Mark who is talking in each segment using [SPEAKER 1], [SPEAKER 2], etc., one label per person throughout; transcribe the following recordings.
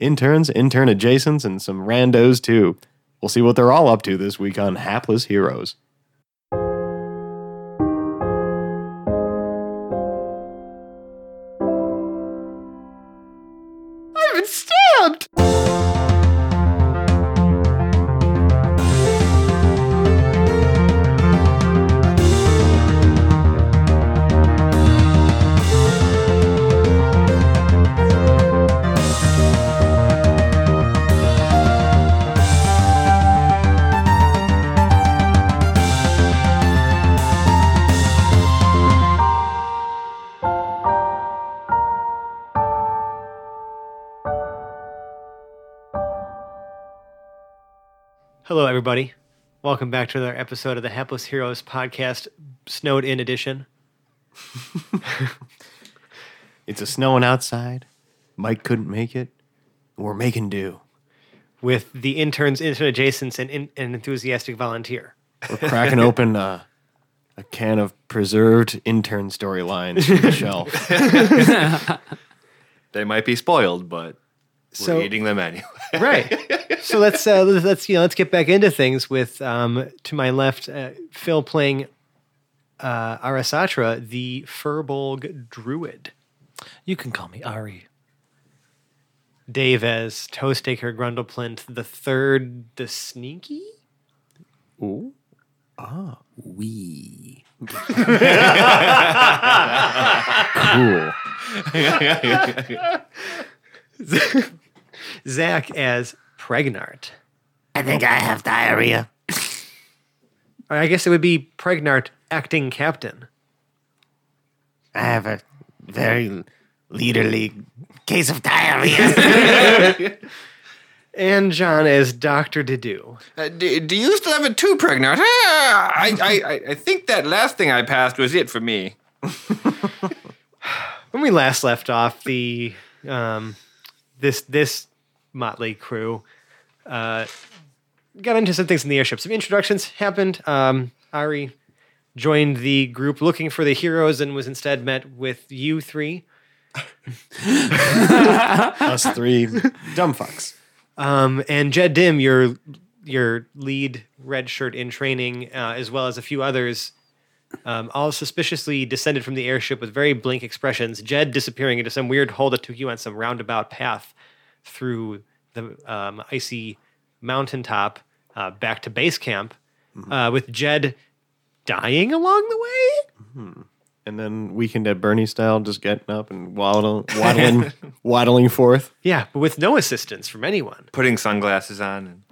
[SPEAKER 1] interns, intern adjacents, and some randos too. We'll see what they're all up to this week on Hapless Heroes. I've been stabbed!
[SPEAKER 2] Hello, everybody. Welcome back to another episode of the Hapless Heroes podcast, Snowed In Edition.
[SPEAKER 1] It's a snowing outside. Mike couldn't make it. We're making do.
[SPEAKER 2] with the interns, intern adjacents, and in, an enthusiastic volunteer.
[SPEAKER 1] We're cracking open uh, a can of preserved intern storylines from the shelf.
[SPEAKER 3] They might be spoiled, but we're
[SPEAKER 2] So-
[SPEAKER 3] eating them anyway.
[SPEAKER 2] Right. so let's uh, let's let's, you know let's get back into things with um, to my left, uh, Phil playing uh, Arasatra, the Furbolg Druid.
[SPEAKER 4] You can call me Ari.
[SPEAKER 2] Dave as Toastacre Grundleplint the Third, the Sneaky.
[SPEAKER 4] We.
[SPEAKER 1] Cool.
[SPEAKER 2] Zach as Pregnart.
[SPEAKER 4] I think I have diarrhea.
[SPEAKER 2] Or I guess it would be Pregnart acting captain.
[SPEAKER 4] I have a very leaderly case of diarrhea.
[SPEAKER 2] And John as Dr. Didoo.
[SPEAKER 3] Uh, do, do you still have a two pregnant? Ah, I, I, I- I think that last thing I passed was it for me.
[SPEAKER 2] when we last left off the um this this motley crew uh got into some things in the airship some introductions happened um ari joined the group looking for the heroes and was instead met with you three
[SPEAKER 1] Us three dumb fucks.
[SPEAKER 2] um and jed dim your your lead red shirt in training uh, as well as a few others um, all suspiciously descended from the airship with very blank expressions. Jed disappearing into some weird hole that took you on some roundabout path through the um, icy mountaintop uh, back to base camp, uh, with Jed dying along the way.
[SPEAKER 1] And then weekend at Bernie style, just getting up and waddle, waddling, waddling forth.
[SPEAKER 2] Yeah, but with no assistance from anyone.
[SPEAKER 3] Putting sunglasses on. And,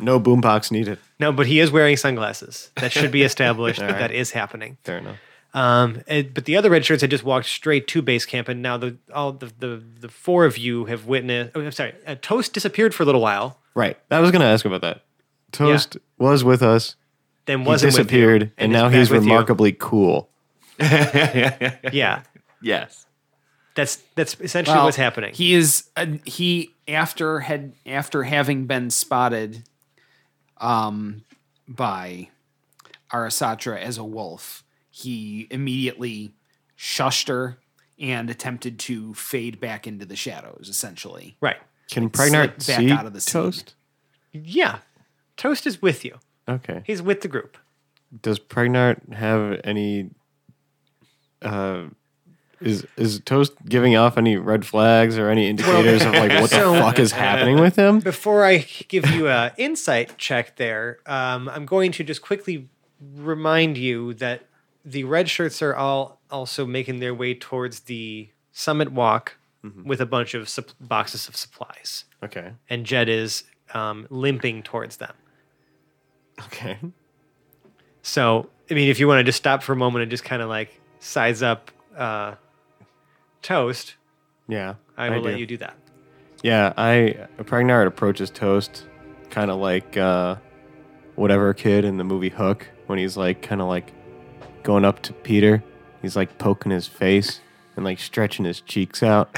[SPEAKER 1] No boombox needed.
[SPEAKER 2] No, but he is wearing sunglasses. That should be established that that is happening.
[SPEAKER 1] Fair enough.
[SPEAKER 2] Um, and- but the other red shirts had just walked straight to base camp, and now the all the the, the four of you have witnessed. Oh, I'm sorry, uh, Toast disappeared for a little while,
[SPEAKER 1] Right. I was going to ask about that. Toast was with us.
[SPEAKER 2] then
[SPEAKER 1] He
[SPEAKER 2] wasn't with you,
[SPEAKER 1] disappeared, and,
[SPEAKER 2] is
[SPEAKER 1] now
[SPEAKER 2] back
[SPEAKER 1] he's
[SPEAKER 2] with you.
[SPEAKER 1] remarkably cool.
[SPEAKER 2] Yeah,
[SPEAKER 3] yes.
[SPEAKER 2] that's that's essentially what's happening.
[SPEAKER 5] He is uh, he after had after having been spotted, um, by Arasatra as a wolf. He immediately shushed her and attempted to fade back into the shadows. Essentially,
[SPEAKER 2] right?
[SPEAKER 1] Can
[SPEAKER 5] slip
[SPEAKER 1] Pregnart
[SPEAKER 5] back
[SPEAKER 1] see
[SPEAKER 5] out of the scene.
[SPEAKER 1] Toast?
[SPEAKER 2] Yeah, Toast is with you.
[SPEAKER 1] Okay.
[SPEAKER 2] He's with the group.
[SPEAKER 1] Does Pregnart have any? Uh, is is Toast giving off any red flags or any indicators of like what
[SPEAKER 2] so-
[SPEAKER 1] the fuck is happening with him?
[SPEAKER 2] Before I give you a insight check, there, um, I'm going to just quickly remind you that the red shirts are all also making their way towards the summit walk with a bunch of sup- boxes of supplies,
[SPEAKER 1] Okay.
[SPEAKER 2] and Jed is um, limping towards them.
[SPEAKER 1] Okay.
[SPEAKER 2] So, I mean, if you want to just stop for a moment and just kind of like size up uh, Toast,
[SPEAKER 1] Yeah.
[SPEAKER 2] I will let
[SPEAKER 1] do.
[SPEAKER 2] you do that.
[SPEAKER 1] Yeah, I Pregnard approaches Toast, kind of like uh, whatever kid in the movie Hook when he's like kind of like going up to Peter. He's like poking his face and like stretching his cheeks out.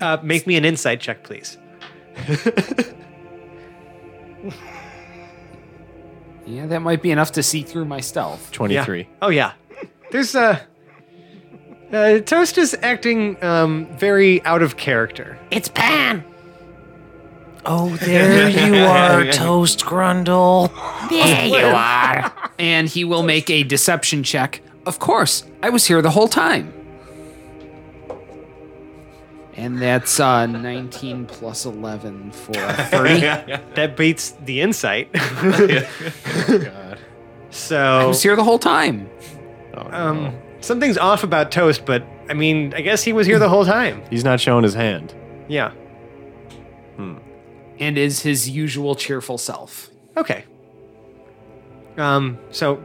[SPEAKER 2] Uh, make me an insight check, please.
[SPEAKER 5] yeah, that might be enough to see through my stealth.
[SPEAKER 1] Twenty three.
[SPEAKER 2] Yeah. Oh yeah. There's uh, uh Toast is acting um very out of character.
[SPEAKER 4] it's Pan. Oh, there you are, Toast Grundle. There you are.
[SPEAKER 5] and he will make a deception check. Of course, I was here the whole time. And that's uh, 19 plus 11 for a 30.
[SPEAKER 2] That beats the insight. So
[SPEAKER 5] I was here the whole time.
[SPEAKER 2] um, something's off about Toast, but I mean, I guess he was here the whole time.
[SPEAKER 1] He's not showing his hand.
[SPEAKER 2] Yeah.
[SPEAKER 5] And is his usual cheerful self.
[SPEAKER 2] Okay. Um, so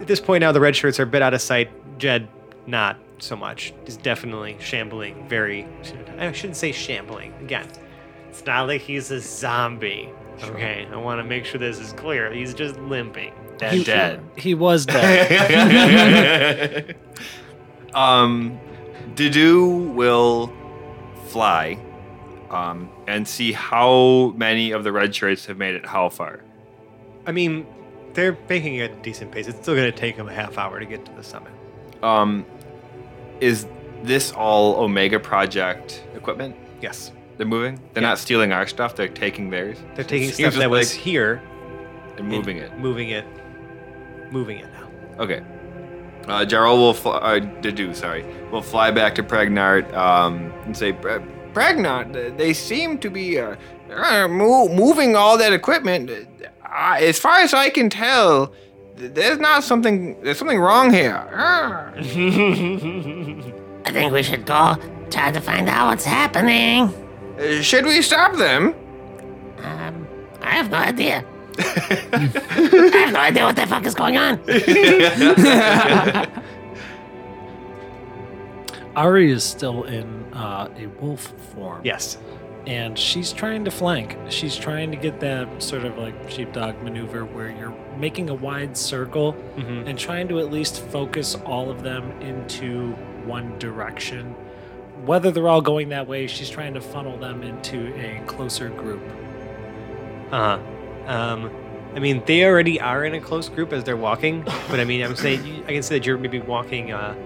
[SPEAKER 2] at this point now the red shirts are a bit out of sight. Jed, not so much. He's definitely shambling, very I shouldn't say shambling. Again. It's not like he's a zombie. Okay. I wanna make sure this is clear. He's just limping.
[SPEAKER 4] He, he was dead.
[SPEAKER 3] um, Didoo will fly um, and see how many of the red shirts have made it how far.
[SPEAKER 2] I mean, they're making a decent pace. It's still gonna take him a half hour to get to the summit.
[SPEAKER 3] Um, is this all Omega Project equipment?
[SPEAKER 2] Yes.
[SPEAKER 3] They're moving? They're not stealing our stuff, they're taking theirs
[SPEAKER 2] They're taking
[SPEAKER 3] Seems
[SPEAKER 2] stuff that was
[SPEAKER 3] like-
[SPEAKER 2] here
[SPEAKER 3] and moving it.
[SPEAKER 2] Moving it. Moving it now.
[SPEAKER 3] Okay. Uh, Jarl will fly, uh, Dadu, sorry, will fly back to Pregnart um, and say, "Pre- Pregnart, th- they seem to be uh, uh, mo- moving all that equipment. Uh, as far as I can tell, th- there's not something, there's something wrong here. Uh."
[SPEAKER 4] I think we should go try to find out what's happening.
[SPEAKER 3] Uh, should we stop them?
[SPEAKER 4] Um, I have no idea. I have no idea what the fuck is going on.
[SPEAKER 6] Ari is still in uh, a wolf form.
[SPEAKER 2] Yes.
[SPEAKER 6] And she's trying to flank. She's trying to get that sort of like sheepdog maneuver where you're making a wide circle
[SPEAKER 2] Mm-hmm.
[SPEAKER 6] and trying to at least focus all of them into one direction. Whether they're all going that way, she's trying to funnel them into a closer group.
[SPEAKER 2] Uh huh. Um, I mean, they already are in a close group as they're walking, but I mean, I'm saying I can say that you're maybe walking uh,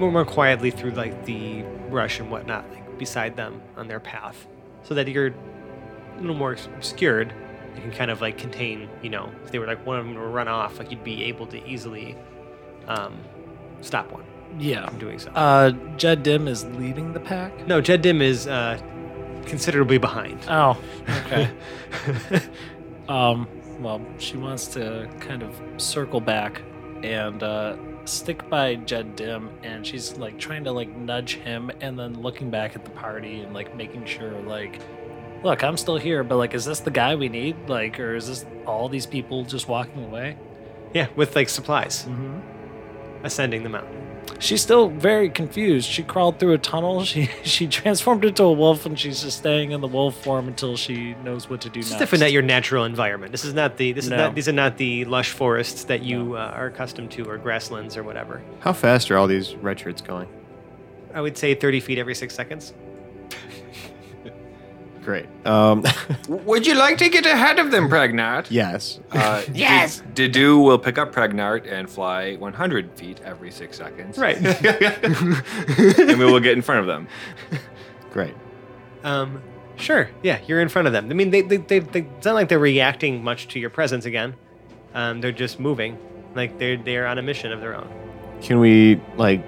[SPEAKER 2] more more quietly through like the brush and whatnot, like beside them on their path, so that you're a little more obscured. You can kind of like contain, you know, if they were like one of them to run off, like you'd be able to easily um, stop one
[SPEAKER 6] Yeah.
[SPEAKER 2] from doing so.
[SPEAKER 6] Uh, Jed Dim is leading the pack.
[SPEAKER 2] no, Jed Dim is uh, considerably behind.
[SPEAKER 6] Oh, okay. um, well, she wants to kind of circle back and uh, stick by Jed Dim, and she's like trying to like nudge him, and then looking back at the party and like making sure like, look, I'm still here, but like, is this the guy we need? Like, or is this all these people just walking away?
[SPEAKER 2] yeah, with like supplies
[SPEAKER 6] Mm-hmm.
[SPEAKER 2] ascending the mountain.
[SPEAKER 6] She's still very confused. She crawled through a tunnel. She she transformed into a wolf, and she's just staying in the wolf form until she knows what to do
[SPEAKER 2] This is
[SPEAKER 6] next.
[SPEAKER 2] definitely not your natural environment. This is not the this
[SPEAKER 6] No.
[SPEAKER 2] is not these are not the lush forests that you uh, are accustomed to or grasslands or whatever.
[SPEAKER 1] How fast are all these red shirts going?
[SPEAKER 2] I would say 30 feet every 6 seconds.
[SPEAKER 1] Great. Um,
[SPEAKER 3] W- Would you like to get ahead of them, Pregnart?
[SPEAKER 1] yes.
[SPEAKER 3] Uh,
[SPEAKER 4] Yes.
[SPEAKER 3] Didoo will pick up Pregnart and fly 100 feet every six seconds.
[SPEAKER 2] Right.
[SPEAKER 3] and we will get in front of them.
[SPEAKER 1] Great.
[SPEAKER 2] Um, sure. Yeah, you're in front of them. I mean, they, they, they, they it's not like they're reacting much to your presence again. Um, they're just moving. Like they're they're on a mission of their own.
[SPEAKER 1] Can we like?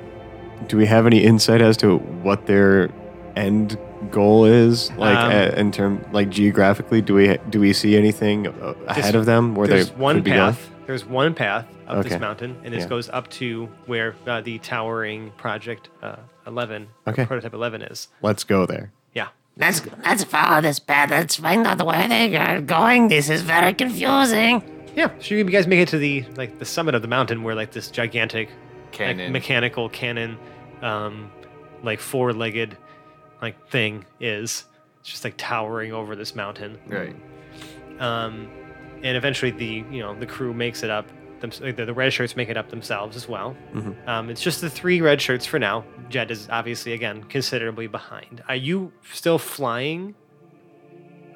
[SPEAKER 1] Do we have any insight as to what their end goal is? Like
[SPEAKER 2] Um,
[SPEAKER 1] a- in term, like geographically, do we do we see anything uh, ahead of them where they
[SPEAKER 2] There's one
[SPEAKER 1] could be going?
[SPEAKER 2] path. There's one path up
[SPEAKER 1] Okay.
[SPEAKER 2] this mountain, and this
[SPEAKER 1] Yeah.
[SPEAKER 2] goes up to where uh, the towering project uh, 11,
[SPEAKER 1] Okay.
[SPEAKER 2] prototype 11 is.
[SPEAKER 1] Let's go there.
[SPEAKER 2] Yeah.
[SPEAKER 4] Let's let's follow this path. Let's find out where they are going. This is very confusing.
[SPEAKER 2] Yeah, so you guys make it to the like the summit of the mountain where like this gigantic like,
[SPEAKER 3] Cannon.
[SPEAKER 2] mechanical cannon, um, like four-legged like thing is. It's just like towering over this mountain,
[SPEAKER 3] Right.
[SPEAKER 2] um, and eventually the you know the crew makes it up. Them, like, the, the red shirts make it up themselves as well.
[SPEAKER 1] Mhm.
[SPEAKER 2] Um, it's just the three red shirts for now. Jed is obviously again considerably behind. Are you still flying,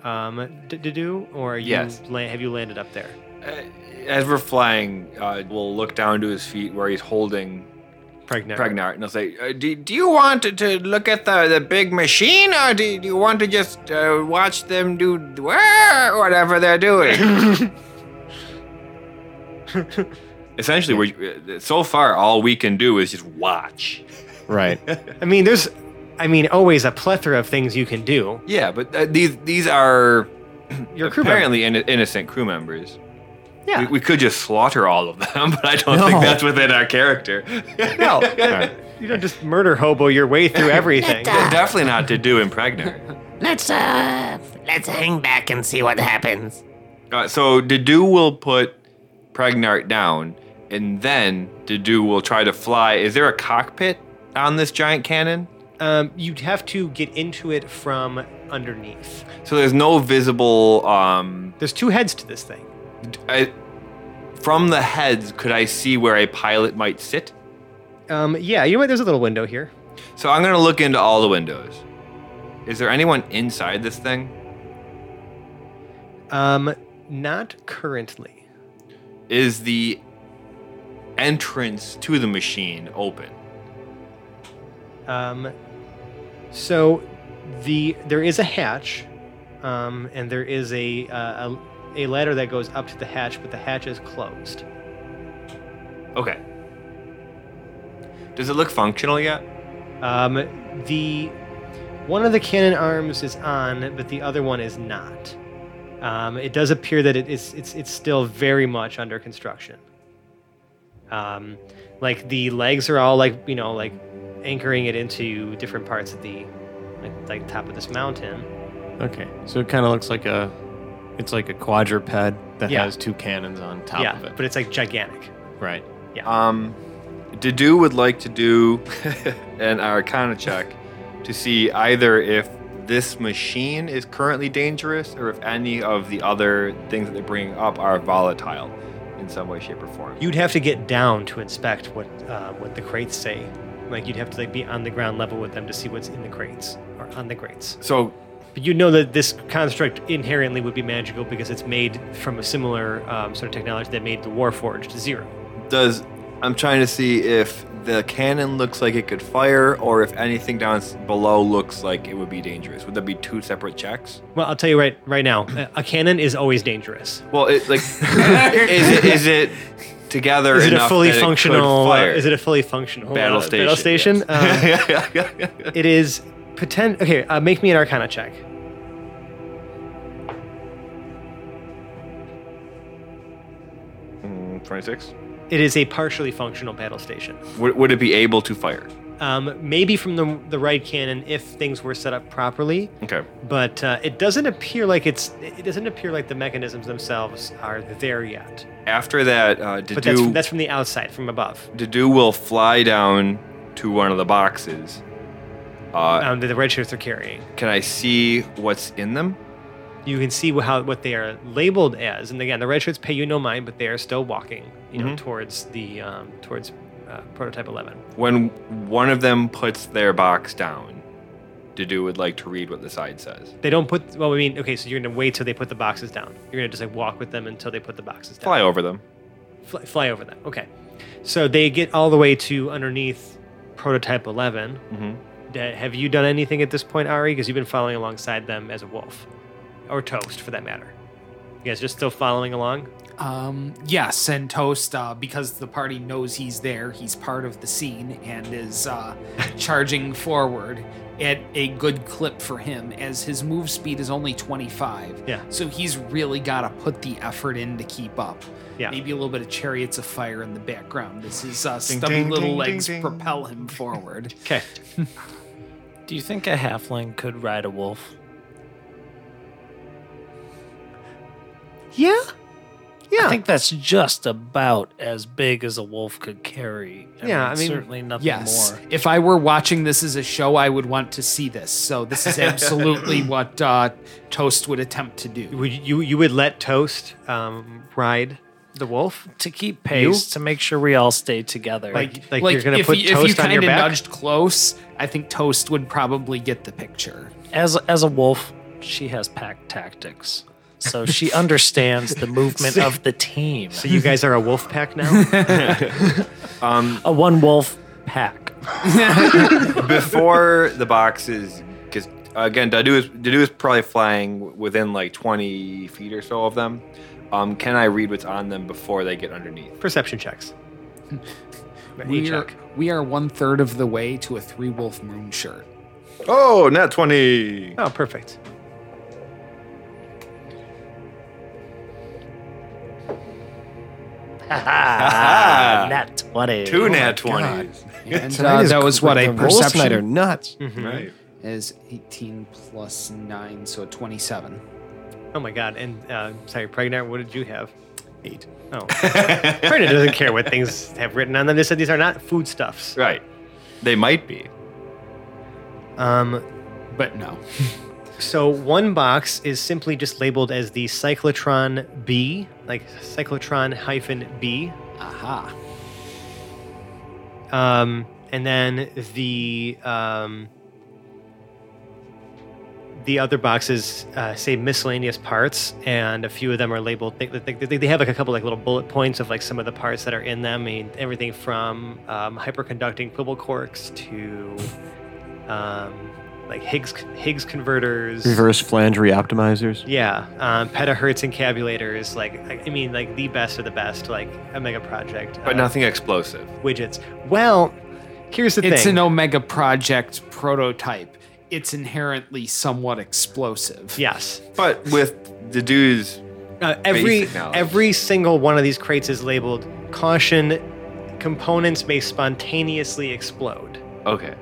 [SPEAKER 2] um, to do, or are you
[SPEAKER 3] Yes.
[SPEAKER 2] la- have you landed up there?
[SPEAKER 3] Uh, As we're flying, uh, we'll look down to his feet where he's holding
[SPEAKER 2] Pregnant.
[SPEAKER 3] Pregnant, and they'll say, uh, do, do you want to- to look at the, the big machine, or do, do you want to just uh, watch them do wha- whatever they're doing? Essentially, we're, uh, so far, all we can do is just watch.
[SPEAKER 1] Right.
[SPEAKER 2] I mean, there's, I mean, always a plethora of things you can do.
[SPEAKER 3] Yeah, but uh, these these are
[SPEAKER 2] Your crew member.
[SPEAKER 3] apparently in, innocent crew members.
[SPEAKER 2] Yeah.
[SPEAKER 3] We, we could just slaughter all of them, but I don't
[SPEAKER 1] No.
[SPEAKER 3] think that's within our character.
[SPEAKER 2] No,
[SPEAKER 1] Alright.
[SPEAKER 2] you don't just murder hobo your way through everything.
[SPEAKER 4] Let, uh,
[SPEAKER 3] Definitely not to do impregnate.
[SPEAKER 4] let's uh, let's hang back and see what happens.
[SPEAKER 3] Uh, so Dadu will put Pregnart down, and then Dadu will try to fly. Is there a cockpit on this giant cannon?
[SPEAKER 2] Um, you'd have to get into it from underneath.
[SPEAKER 3] So there's no visible. Um,
[SPEAKER 2] There's two heads to this thing.
[SPEAKER 3] d- I, from the heads, could I see where a pilot might sit?
[SPEAKER 2] Um, yeah, you know what? There's a little window here.
[SPEAKER 3] So I'm gonna look into all the windows. Is there anyone inside this thing?
[SPEAKER 2] Um, not currently.
[SPEAKER 3] Is the entrance to the machine open?
[SPEAKER 2] Um, so the there is a hatch, um, and there is a, uh, a a ladder that goes up to the hatch, but the hatch is closed.
[SPEAKER 3] Okay. Does it look functional yet?
[SPEAKER 2] Um, the one of the cannon arms is on, but the other one is not. Um, it does appear that it is it's it's still very much under construction. Um, like the legs are all like you know like anchoring it into different parts of the like, like top of this mountain.
[SPEAKER 1] Okay. So it kind of looks like a, it's like a quadruped that
[SPEAKER 2] Yeah.
[SPEAKER 1] has two cannons on top
[SPEAKER 2] yeah,
[SPEAKER 1] of it.
[SPEAKER 2] but it's like gigantic.
[SPEAKER 1] Right.
[SPEAKER 3] Um, Dadu would like to do an Arcana check to see either if this machine is currently dangerous or if any of the other things that they're bringing up are volatile in some way, shape, or form.
[SPEAKER 2] You'd have to get down to inspect what uh, what the crates say. Like you'd have to like be on the ground level with them to see what's in the crates or on the crates.
[SPEAKER 3] So,
[SPEAKER 2] But you know that this construct inherently would be magical because it's made from a similar um, sort of technology that made the Warforged Zero.
[SPEAKER 3] does I'm trying to see if the cannon looks like it could fire or if anything down s- below looks like it would be dangerous. Would that be two separate checks?
[SPEAKER 2] Well, I'll tell you right right now, a- a cannon is always dangerous.
[SPEAKER 3] Well, it like is, it, is it together
[SPEAKER 2] Is it a
[SPEAKER 3] enough
[SPEAKER 2] fully
[SPEAKER 3] that it could
[SPEAKER 2] functional? uh,
[SPEAKER 3] fire?
[SPEAKER 2] Is it a fully functional uh,
[SPEAKER 3] battle station?
[SPEAKER 2] Battle station. Um,
[SPEAKER 3] yes.
[SPEAKER 2] it is pretend. Okay, uh, make me an Arcana check.
[SPEAKER 3] Mm, 26.
[SPEAKER 2] It is a partially functional battle station.
[SPEAKER 3] Would, would it be able to fire?
[SPEAKER 2] Um, maybe from the the right cannon if things were set up properly.
[SPEAKER 3] Okay.
[SPEAKER 2] but uh, it doesn't appear like it's it doesn't appear like the mechanisms themselves are there yet
[SPEAKER 3] After that, uh,
[SPEAKER 2] but that's,
[SPEAKER 3] Dadu,
[SPEAKER 2] that's from the outside from above
[SPEAKER 3] Dadu will fly down to one of the boxes. Uh,
[SPEAKER 2] um, that the red shirts are carrying
[SPEAKER 3] can I see what's in them?
[SPEAKER 2] you can see how what they are labeled as and again the red shirts pay you no mind but they are still walking you know
[SPEAKER 3] Mhm.
[SPEAKER 2] towards the um, towards uh, prototype 11
[SPEAKER 3] When one of them puts their box down, Dadu would like to read what the side says.
[SPEAKER 2] they don't put well i mean okay so you're gonna wait till they put the boxes down you're gonna just like walk with them until they put the boxes down
[SPEAKER 3] Fly over them.
[SPEAKER 2] fly, fly over them okay so they get all the way to underneath prototype 11
[SPEAKER 3] Mm-hmm.
[SPEAKER 2] Da- Have you done anything at this point, Ari? Because you've been following alongside them as a wolf, or toast, for that matter. You guys just still following along?
[SPEAKER 5] Um, yes, and Toast, uh, because the party knows he's there, he's part of the scene and is uh, charging forward at a good clip for him, as his move speed is only 25.
[SPEAKER 2] Yeah.
[SPEAKER 5] So he's really got to put the effort in to keep up.
[SPEAKER 2] Yeah.
[SPEAKER 5] Maybe a little bit of chariots of fire in the background as his uh, stubby
[SPEAKER 3] ding,
[SPEAKER 5] little
[SPEAKER 3] ding,
[SPEAKER 5] legs
[SPEAKER 3] ding, ding.
[SPEAKER 5] propel him forward.
[SPEAKER 2] Okay.
[SPEAKER 6] Do you think a halfling could ride a wolf?
[SPEAKER 2] Yeah. Yeah.
[SPEAKER 6] I think that's just about as big as a wolf could carry.
[SPEAKER 2] Yeah, I mean,
[SPEAKER 6] certainly nothing
[SPEAKER 5] Yes.
[SPEAKER 6] more.
[SPEAKER 5] If I were watching this as a show, I would want to see this. So this is absolutely what uh, Toast would attempt to do.
[SPEAKER 2] would you you would let Toast um, ride the wolf?
[SPEAKER 6] To keep pace, to make sure we all stay together.
[SPEAKER 2] Like like, you're gonna put
[SPEAKER 5] you,
[SPEAKER 2] Toast
[SPEAKER 5] if you
[SPEAKER 2] on your
[SPEAKER 5] kinda
[SPEAKER 2] back?
[SPEAKER 5] nudged close, I think Toast would probably get the picture.
[SPEAKER 6] as as a wolf, she has pack tactics. So she understands the movement of the team.
[SPEAKER 2] So you guys are a wolf pack now.
[SPEAKER 3] Um,
[SPEAKER 6] a one wolf pack.
[SPEAKER 3] before the box is because again Dadu is Dadu is probably flying within like 20 feet or so of them um, can i read what's on them before they get underneath
[SPEAKER 2] Perception checks. But you
[SPEAKER 5] We are,
[SPEAKER 2] check.
[SPEAKER 5] we are one third of the way to a three wolf moon shirt.
[SPEAKER 3] oh not 20
[SPEAKER 2] Oh, perfect.
[SPEAKER 3] Ah.
[SPEAKER 6] Nat 20.
[SPEAKER 3] two nat
[SPEAKER 5] my God.
[SPEAKER 3] 20s
[SPEAKER 5] And uh, that was what
[SPEAKER 1] I
[SPEAKER 5] a
[SPEAKER 1] tonight are
[SPEAKER 5] perception
[SPEAKER 1] nuts.
[SPEAKER 2] Mhm.
[SPEAKER 3] right
[SPEAKER 5] is 18 plus 9, so 27.
[SPEAKER 2] Oh my god! And uh, sorry, pregnant. What did you have?
[SPEAKER 1] Eight.
[SPEAKER 2] Oh, pregnant doesn't care what things have written on them. They said these are not foodstuffs.
[SPEAKER 3] right they might be
[SPEAKER 2] Um,
[SPEAKER 5] But no.
[SPEAKER 2] So one box is simply just labeled as the cyclotron B, like cyclotron hyphen B,
[SPEAKER 5] Aha.
[SPEAKER 2] um, and then the um, the other boxes uh, say miscellaneous parts, and a few of them are labeled. They, they, they- they have like a couple like little bullet points of like some of the parts that are in them. I mean, everything from um, hyperconducting quibble corks to um, like Higgs Higgs converters,
[SPEAKER 1] Reverse flange reoptimizers.
[SPEAKER 2] Yeah, um, petahertz encabulators. Like, I I mean, like the best of the best. Like a mega project.
[SPEAKER 3] but
[SPEAKER 2] uh,
[SPEAKER 3] nothing explosive
[SPEAKER 2] widgets. Well, here's the
[SPEAKER 5] It's
[SPEAKER 2] thing.
[SPEAKER 5] an Omega Project prototype. It's inherently somewhat explosive.
[SPEAKER 2] yes,
[SPEAKER 3] but with the dudes
[SPEAKER 2] uh, every
[SPEAKER 3] Basic knowledge.
[SPEAKER 2] every single one of these crates is labeled "Caution: Components may spontaneously explode.
[SPEAKER 3] okay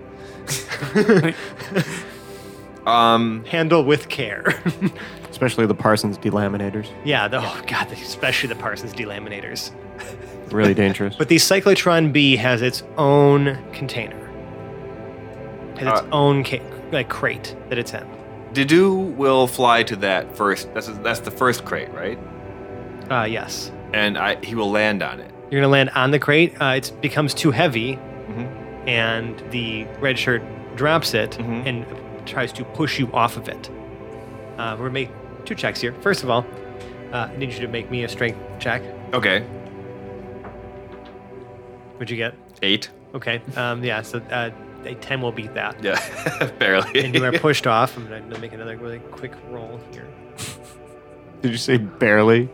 [SPEAKER 3] um
[SPEAKER 2] Handle with care."
[SPEAKER 1] Especially the Parsons delaminators.
[SPEAKER 2] yeah. The, Oh God, especially the Parsons delaminators.
[SPEAKER 1] Really dangerous.
[SPEAKER 2] But the cyclotron B has its own container. Has its
[SPEAKER 3] Uh,
[SPEAKER 2] own ca- like crate that it's in.
[SPEAKER 3] Dadu will fly to that first. That's that's the first crate, right?
[SPEAKER 2] Uh, yes.
[SPEAKER 3] And I he will land on it.
[SPEAKER 2] You're gonna land on the crate. Uh, it becomes too heavy,
[SPEAKER 3] Mhm.
[SPEAKER 2] and the red shirt drops it
[SPEAKER 3] Mhm.
[SPEAKER 2] and tries to push you off of it. Uh, we're gonna make two checks here. First of all, uh, I need you to make me a strength check.
[SPEAKER 3] Okay,
[SPEAKER 2] What'd you get?
[SPEAKER 3] eight.
[SPEAKER 2] Okay. Um, yeah. So uh, a ten will beat that.
[SPEAKER 3] Yeah,
[SPEAKER 2] And you are
[SPEAKER 3] barely.
[SPEAKER 2] pushed off. I'm gonna make another really quick roll here.
[SPEAKER 1] Did you say barely?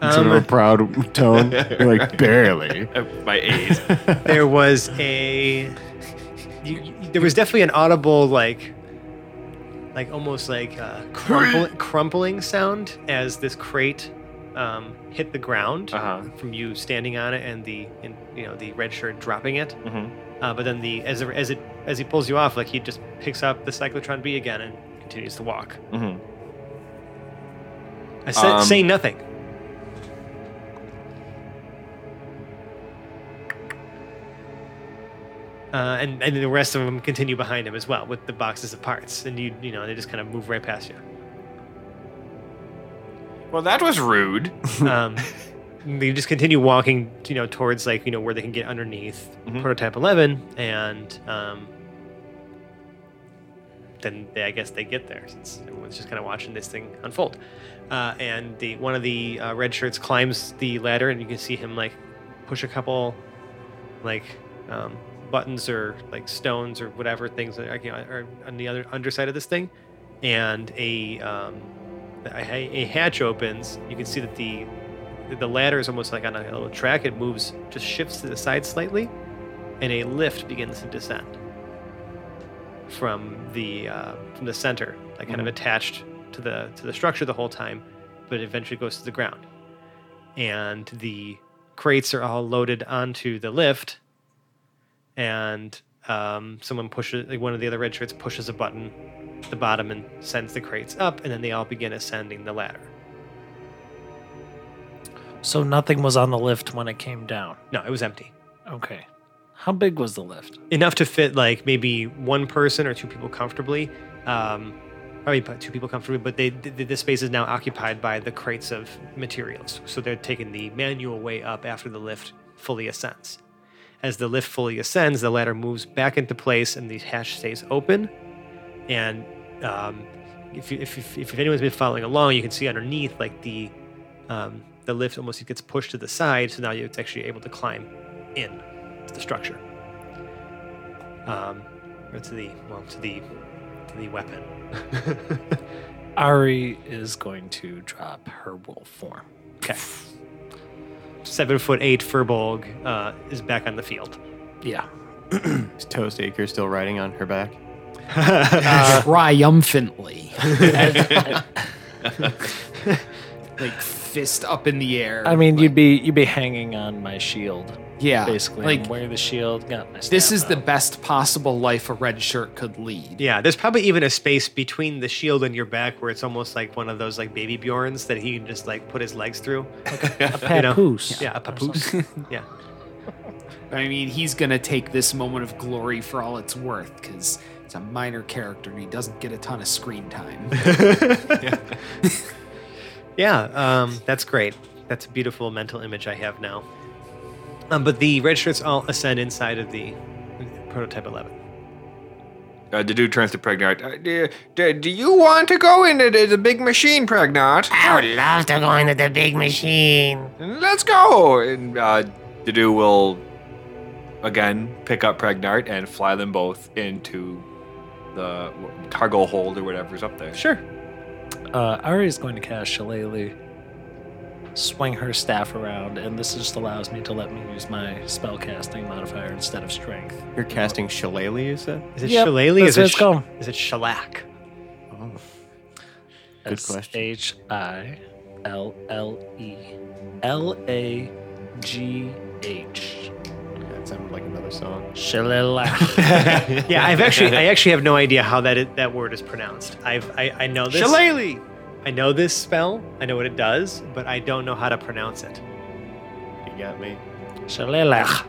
[SPEAKER 1] In sort of
[SPEAKER 2] Um,
[SPEAKER 1] a proud tone. You're like, barely.
[SPEAKER 3] Uh, By eight.
[SPEAKER 2] there was a you, you- there was definitely an audible like like almost like uh crumple, crumpling sound as this crate um, hit the ground
[SPEAKER 3] Uh-huh.
[SPEAKER 2] from you standing on it and the and, you know the red shirt dropping it
[SPEAKER 3] Mhm.
[SPEAKER 2] uh, but then the as, it- as it as he pulls you off like he just picks up the cyclotron b again and continues to walk
[SPEAKER 3] Mhm.
[SPEAKER 2] I said,
[SPEAKER 3] Um,
[SPEAKER 2] saying nothing uh, and and the rest of them continue behind him as well with the boxes of parts, and you you know they just kind of move right past you.
[SPEAKER 3] Well, that was rude.
[SPEAKER 2] Um, they just continue walking, you know, towards like you know where they can get underneath
[SPEAKER 3] Mhm.
[SPEAKER 2] prototype eleven, and um, then they, I guess they get there since everyone's just kind of watching this thing unfold. Uh, and the one of the uh, red shirts climbs the ladder, and you can see him like push a couple like um, buttons or like stones or whatever things that are, you know, are on the other underside of this thing, and a um, a, a hatch opens. You can see that the the ladder is almost like on a little track. It moves, just shifts to the side slightly, and a lift begins to descend from the uh, from the center, like kind of attached to the to the structure the whole time, but eventually goes to the ground. And the crates are all loaded onto the lift, and um, someone pushes like one of the other red shirts pushes a button at the bottom and sends the crates up, and then they all begin ascending the ladder.
[SPEAKER 6] So nothing was on the lift when it came down.
[SPEAKER 2] No, it was empty.
[SPEAKER 6] Okay. How big was the lift?
[SPEAKER 2] enough to fit like maybe one person or two people comfortably. Um, probably about two people comfortably, but they the, the space is now occupied by the crates of materials. So they're taking the manual way up after the lift fully ascends. As the lift fully ascends, the ladder moves back into place, and the hatch stays open. And um, if, you, if, if if anyone's been following along, you can see underneath like the um, the lift almost gets pushed to the side, so now it's actually able to climb in to the structure um, or to the well to the to the weapon.
[SPEAKER 6] Ari is going to drop her wolf form.
[SPEAKER 2] Okay. Seven foot eight Furbolg uh, is back on the field.
[SPEAKER 6] Yeah.
[SPEAKER 1] Is Toast Acre still riding on her back?
[SPEAKER 5] triumphantly. like fist up in the air.
[SPEAKER 6] I mean, you'd be you'd be hanging on my shield,
[SPEAKER 5] yeah,
[SPEAKER 6] basically. Like,
[SPEAKER 5] Like
[SPEAKER 6] wearing the shield, got my.
[SPEAKER 5] this
[SPEAKER 6] staff
[SPEAKER 5] is the
[SPEAKER 6] out.
[SPEAKER 5] best possible life a red shirt could lead.
[SPEAKER 2] Yeah, there's probably even a space between the shield and your back where it's almost like one of those like baby Bjorns that he can just like put his legs through.
[SPEAKER 6] a
[SPEAKER 2] you know?
[SPEAKER 6] papoose.
[SPEAKER 2] Yeah, a papoose. yeah.
[SPEAKER 5] I mean, he's gonna take this moment of glory for all it's worth because it's a minor character and he doesn't get a ton of screen time.
[SPEAKER 2] Yeah, um, that's great. That's a beautiful mental image I have now. Um, but the red shirts all ascend inside of the prototype 11.
[SPEAKER 3] Uh, Dadu turns to Pregnart. Uh, do, do, do you want to go into the, the big machine, Pregnart?
[SPEAKER 4] I would love to go into the big machine.
[SPEAKER 3] Let's go! And uh, Dadu will again pick up Pregnart and fly them both into the cargo hold or whatever's up there.
[SPEAKER 2] Sure.
[SPEAKER 6] Uh, Ari is going to cast Shillelagh, swing her staff around, and this just allows me to let me use my spell casting modifier instead of strength.
[SPEAKER 1] You're casting Shillelagh, you said?
[SPEAKER 2] Is it
[SPEAKER 6] Yep,
[SPEAKER 2] shillelagh? Is
[SPEAKER 6] that's what
[SPEAKER 2] it,
[SPEAKER 6] it's called.
[SPEAKER 2] is it shellac?
[SPEAKER 1] Oh. Good question.
[SPEAKER 6] H I L L E L A G H.
[SPEAKER 1] That sounded like another song.
[SPEAKER 6] Shillelagh.
[SPEAKER 2] Yeah, I've actually I actually have no idea how that i- that word is pronounced. I've I, I know this
[SPEAKER 3] Shillelagh!
[SPEAKER 2] I know this spell. I know what it does, but I don't know how to pronounce it.
[SPEAKER 1] You got me.
[SPEAKER 6] Shillelagh.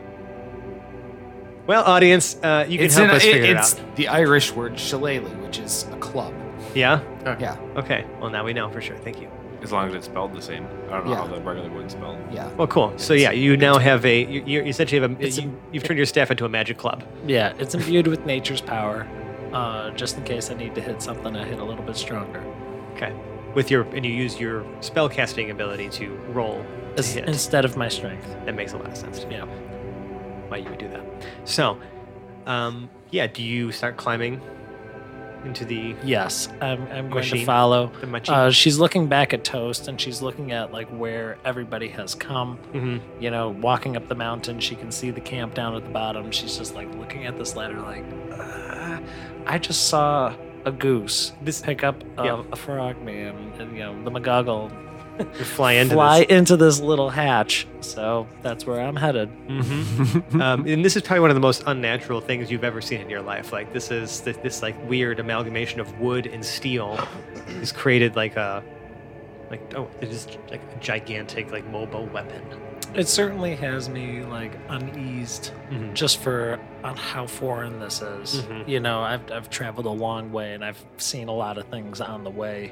[SPEAKER 2] Well, audience, uh, you can
[SPEAKER 5] it's
[SPEAKER 2] help
[SPEAKER 5] an-
[SPEAKER 2] us
[SPEAKER 5] it-
[SPEAKER 2] figure it,
[SPEAKER 5] it's the Irish word shillelagh, which is a club.
[SPEAKER 2] out. Yeah.
[SPEAKER 5] Yeah,
[SPEAKER 2] Okay. Well, now we know for sure. Thank you.
[SPEAKER 3] As long as it's spelled the same. I don't know how
[SPEAKER 5] Yeah.
[SPEAKER 3] the regular word's spelled.
[SPEAKER 5] yeah.
[SPEAKER 2] Well, cool. So yeah, you now have a you, you essentially have a
[SPEAKER 6] It's a-
[SPEAKER 2] you, you've turned your staff into a magic club.
[SPEAKER 6] Yeah, it's imbued with nature's power. Uh, just in case I need to hit something, I hit a little bit stronger.
[SPEAKER 2] Okay. With your and you use your spell casting ability to roll to
[SPEAKER 6] As-
[SPEAKER 2] hit.
[SPEAKER 6] Instead of my strength.
[SPEAKER 2] That makes a lot of sense to me.
[SPEAKER 6] Yeah.
[SPEAKER 2] Why you would do that? So, um, yeah. Do you start climbing into the
[SPEAKER 6] Yes, I'm, I'm going
[SPEAKER 2] Machine.
[SPEAKER 6] to follow.
[SPEAKER 2] the machine?
[SPEAKER 6] Uh, she's looking back at Toast and she's looking at like where everybody has come.
[SPEAKER 2] Mhm.
[SPEAKER 6] You know, walking up the mountain, she can see the camp down at the bottom. She's just like looking at this ladder, like, uh, I just saw a goose this, pick up a,
[SPEAKER 2] Yeah.
[SPEAKER 6] a frog man and, you know, the McGoggle
[SPEAKER 2] You fly into
[SPEAKER 6] fly
[SPEAKER 2] this.
[SPEAKER 6] into this little hatch. So that's where I'm headed.
[SPEAKER 2] Mhm. um, and this is probably one of the most unnatural things you've ever seen in your life. Like this is this, this like weird amalgamation of wood and steel has created like a like oh it is like a gigantic like mobile weapon.
[SPEAKER 6] It certainly has me like uneased
[SPEAKER 2] Mm-hmm.
[SPEAKER 6] just for on how foreign this is.
[SPEAKER 2] Mhm.
[SPEAKER 6] You know, I've I've traveled a long way and I've seen a lot of things on the way,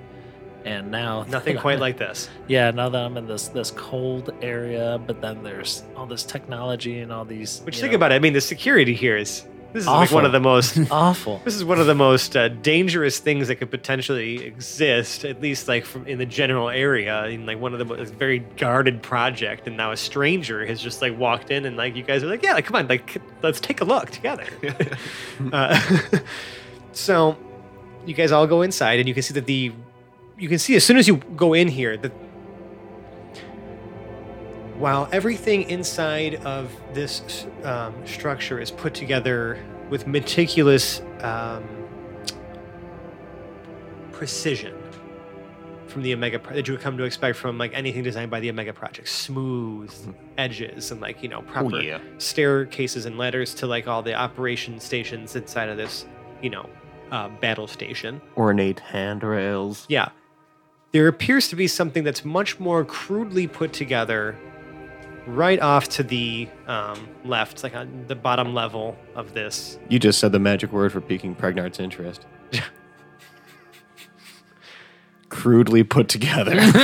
[SPEAKER 6] and now
[SPEAKER 2] Nothing quite like this.
[SPEAKER 6] yeah. Now that I'm in this this cold area, but then there's all this technology and all these.
[SPEAKER 2] Which
[SPEAKER 6] you
[SPEAKER 2] think
[SPEAKER 6] know,
[SPEAKER 2] about it. I mean, the security here is this is like one
[SPEAKER 6] Awful.
[SPEAKER 2] of the most
[SPEAKER 6] awful.
[SPEAKER 2] This is one of the most uh, dangerous things that could potentially exist, at least like from in the general area, in like one of the most very guarded project. And now a stranger has just like walked in, and like you guys are like, yeah, like, come on, like let's take a look together. uh, so you guys all go inside, and you can see that the you can see as soon as you go in here that while everything inside of this um, structure is put together with meticulous um, precision from the Omega Pro- that you would come to expect from like anything designed by the Omega Project, smooth edges and like you know proper staircases and ladders to like all the operation stations inside of this you know uh, battle station.
[SPEAKER 1] Ornate handrails.
[SPEAKER 2] Yeah. There appears to be something that's much more crudely put together right off to the um, left, like on the bottom level of this.
[SPEAKER 1] You just said the magic word for piquing Pregnart's interest. Crudely put together.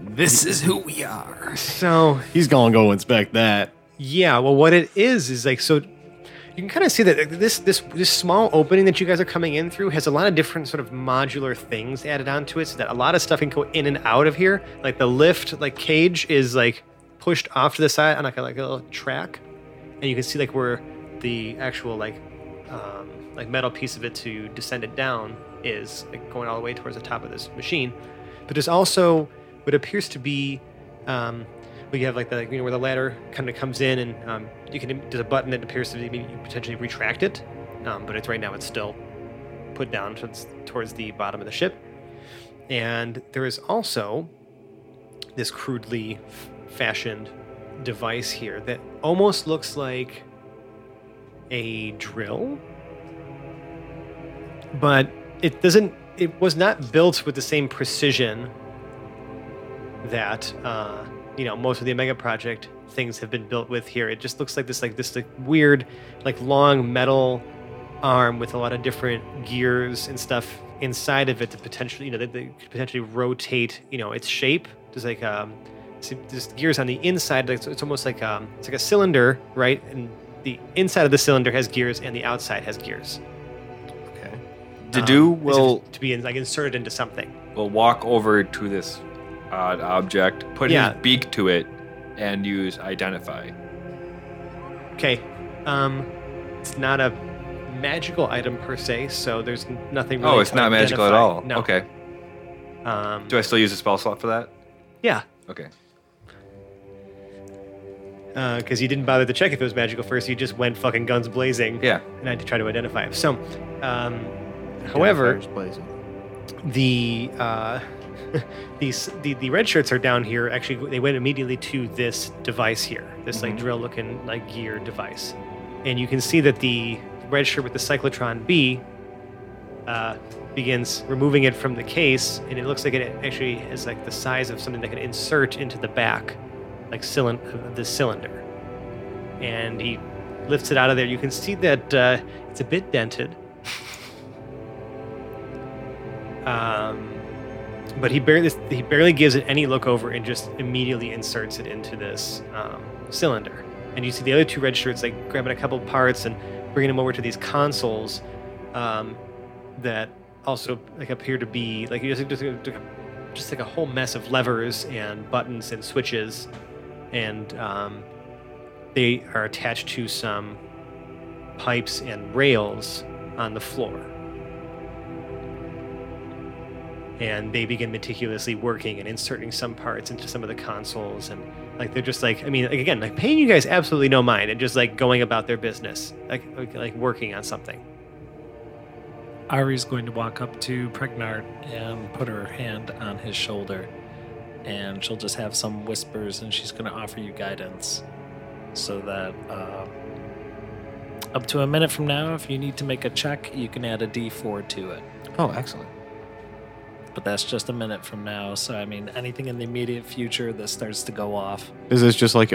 [SPEAKER 5] This is who we are.
[SPEAKER 2] So,
[SPEAKER 1] He's gonna go inspect that.
[SPEAKER 2] yeah, well, what it is is like so. You can kind of see that like, this this this small opening that you guys are coming in through has a lot of different sort of modular things added onto it, so that a lot of stuff can go in and out of here. Like the lift, like cage is like pushed off to the side on like a, like a little track, and you can see like where the actual like um, like metal piece of it to descend it down is like going all the way towards the top of this machine. But there's also what appears to be um, where you have like the you know where the ladder kind of comes in, and um, you can there's a button that appears to be maybe you potentially retract it, um, but it's right now it's still put down towards, towards the bottom of the ship. And there is also this crudely f- fashioned device here that almost looks like a drill, but it doesn't. It was not built with the same precision that uh, you know most of the Omega Project things have been built with here. It just looks like this, like this, like weird, like long metal arm with a lot of different gears and stuff inside of it to potentially, you know, that they could potentially rotate, you know, its shape. There's like um, see- there's gears on the inside. Like, so it's almost like um, it's like a cylinder, right? And the inside of the cylinder has gears, and the outside has gears.
[SPEAKER 1] Okay.
[SPEAKER 3] Dadu
[SPEAKER 2] Um, as if
[SPEAKER 3] will
[SPEAKER 2] to be in, like inserted into something.
[SPEAKER 3] will walk over to this odd object, put
[SPEAKER 2] Yeah.
[SPEAKER 3] his beak to it, and use identify.
[SPEAKER 2] Okay. Um, it's not a magical item per se, so there's n- nothing. Really
[SPEAKER 3] oh, it's
[SPEAKER 2] to
[SPEAKER 3] not magical at
[SPEAKER 2] identify.
[SPEAKER 3] all.
[SPEAKER 2] No.
[SPEAKER 3] Okay.
[SPEAKER 2] Um,
[SPEAKER 3] Do I still use a spell slot for that?
[SPEAKER 2] yeah,
[SPEAKER 3] Okay.
[SPEAKER 2] because uh, you didn't bother to check if it was magical first. You just went fucking guns blazing,
[SPEAKER 3] Yeah.
[SPEAKER 2] and I had to try to identify it. So, um, however,
[SPEAKER 1] Fire's blazing.
[SPEAKER 2] the uh, these the, the red shirts are down here. Actually, they went immediately to this device here, this like
[SPEAKER 3] Mhm.
[SPEAKER 2] drill looking like gear device, and you can see that the red shirt with the cyclotron B uh, begins removing it from the case, and it looks like it actually is like the size of something that can insert into the back, like cylinder the cylinder, and he lifts it out of there. You can see that uh, it's a bit dented. Um, but he barely he barely gives it any look over and just immediately inserts it into this um, cylinder. And you see the other two red shirts like grabbing a couple parts and bringing them over to these consoles um, that also like appear to be like you just just, just like a whole mess of levers and buttons and switches, and um, they are attached to some pipes and rails on the floor and they begin meticulously working and inserting some parts into some of the consoles and like they're just like i mean like, again like paying you guys absolutely no mind and just like going about their business like like, like working on something
[SPEAKER 6] Ari's going to walk up to Pregnard and put her hand on his shoulder, and she'll just have some whispers, and she's going to offer you guidance, so that uh, up to a minute from now, if you need to make a check, you can add a D4 to it.
[SPEAKER 3] Oh, excellent.
[SPEAKER 6] But that's just a minute from now, so I mean, anything in the immediate future that starts to go off,
[SPEAKER 1] Is this just like?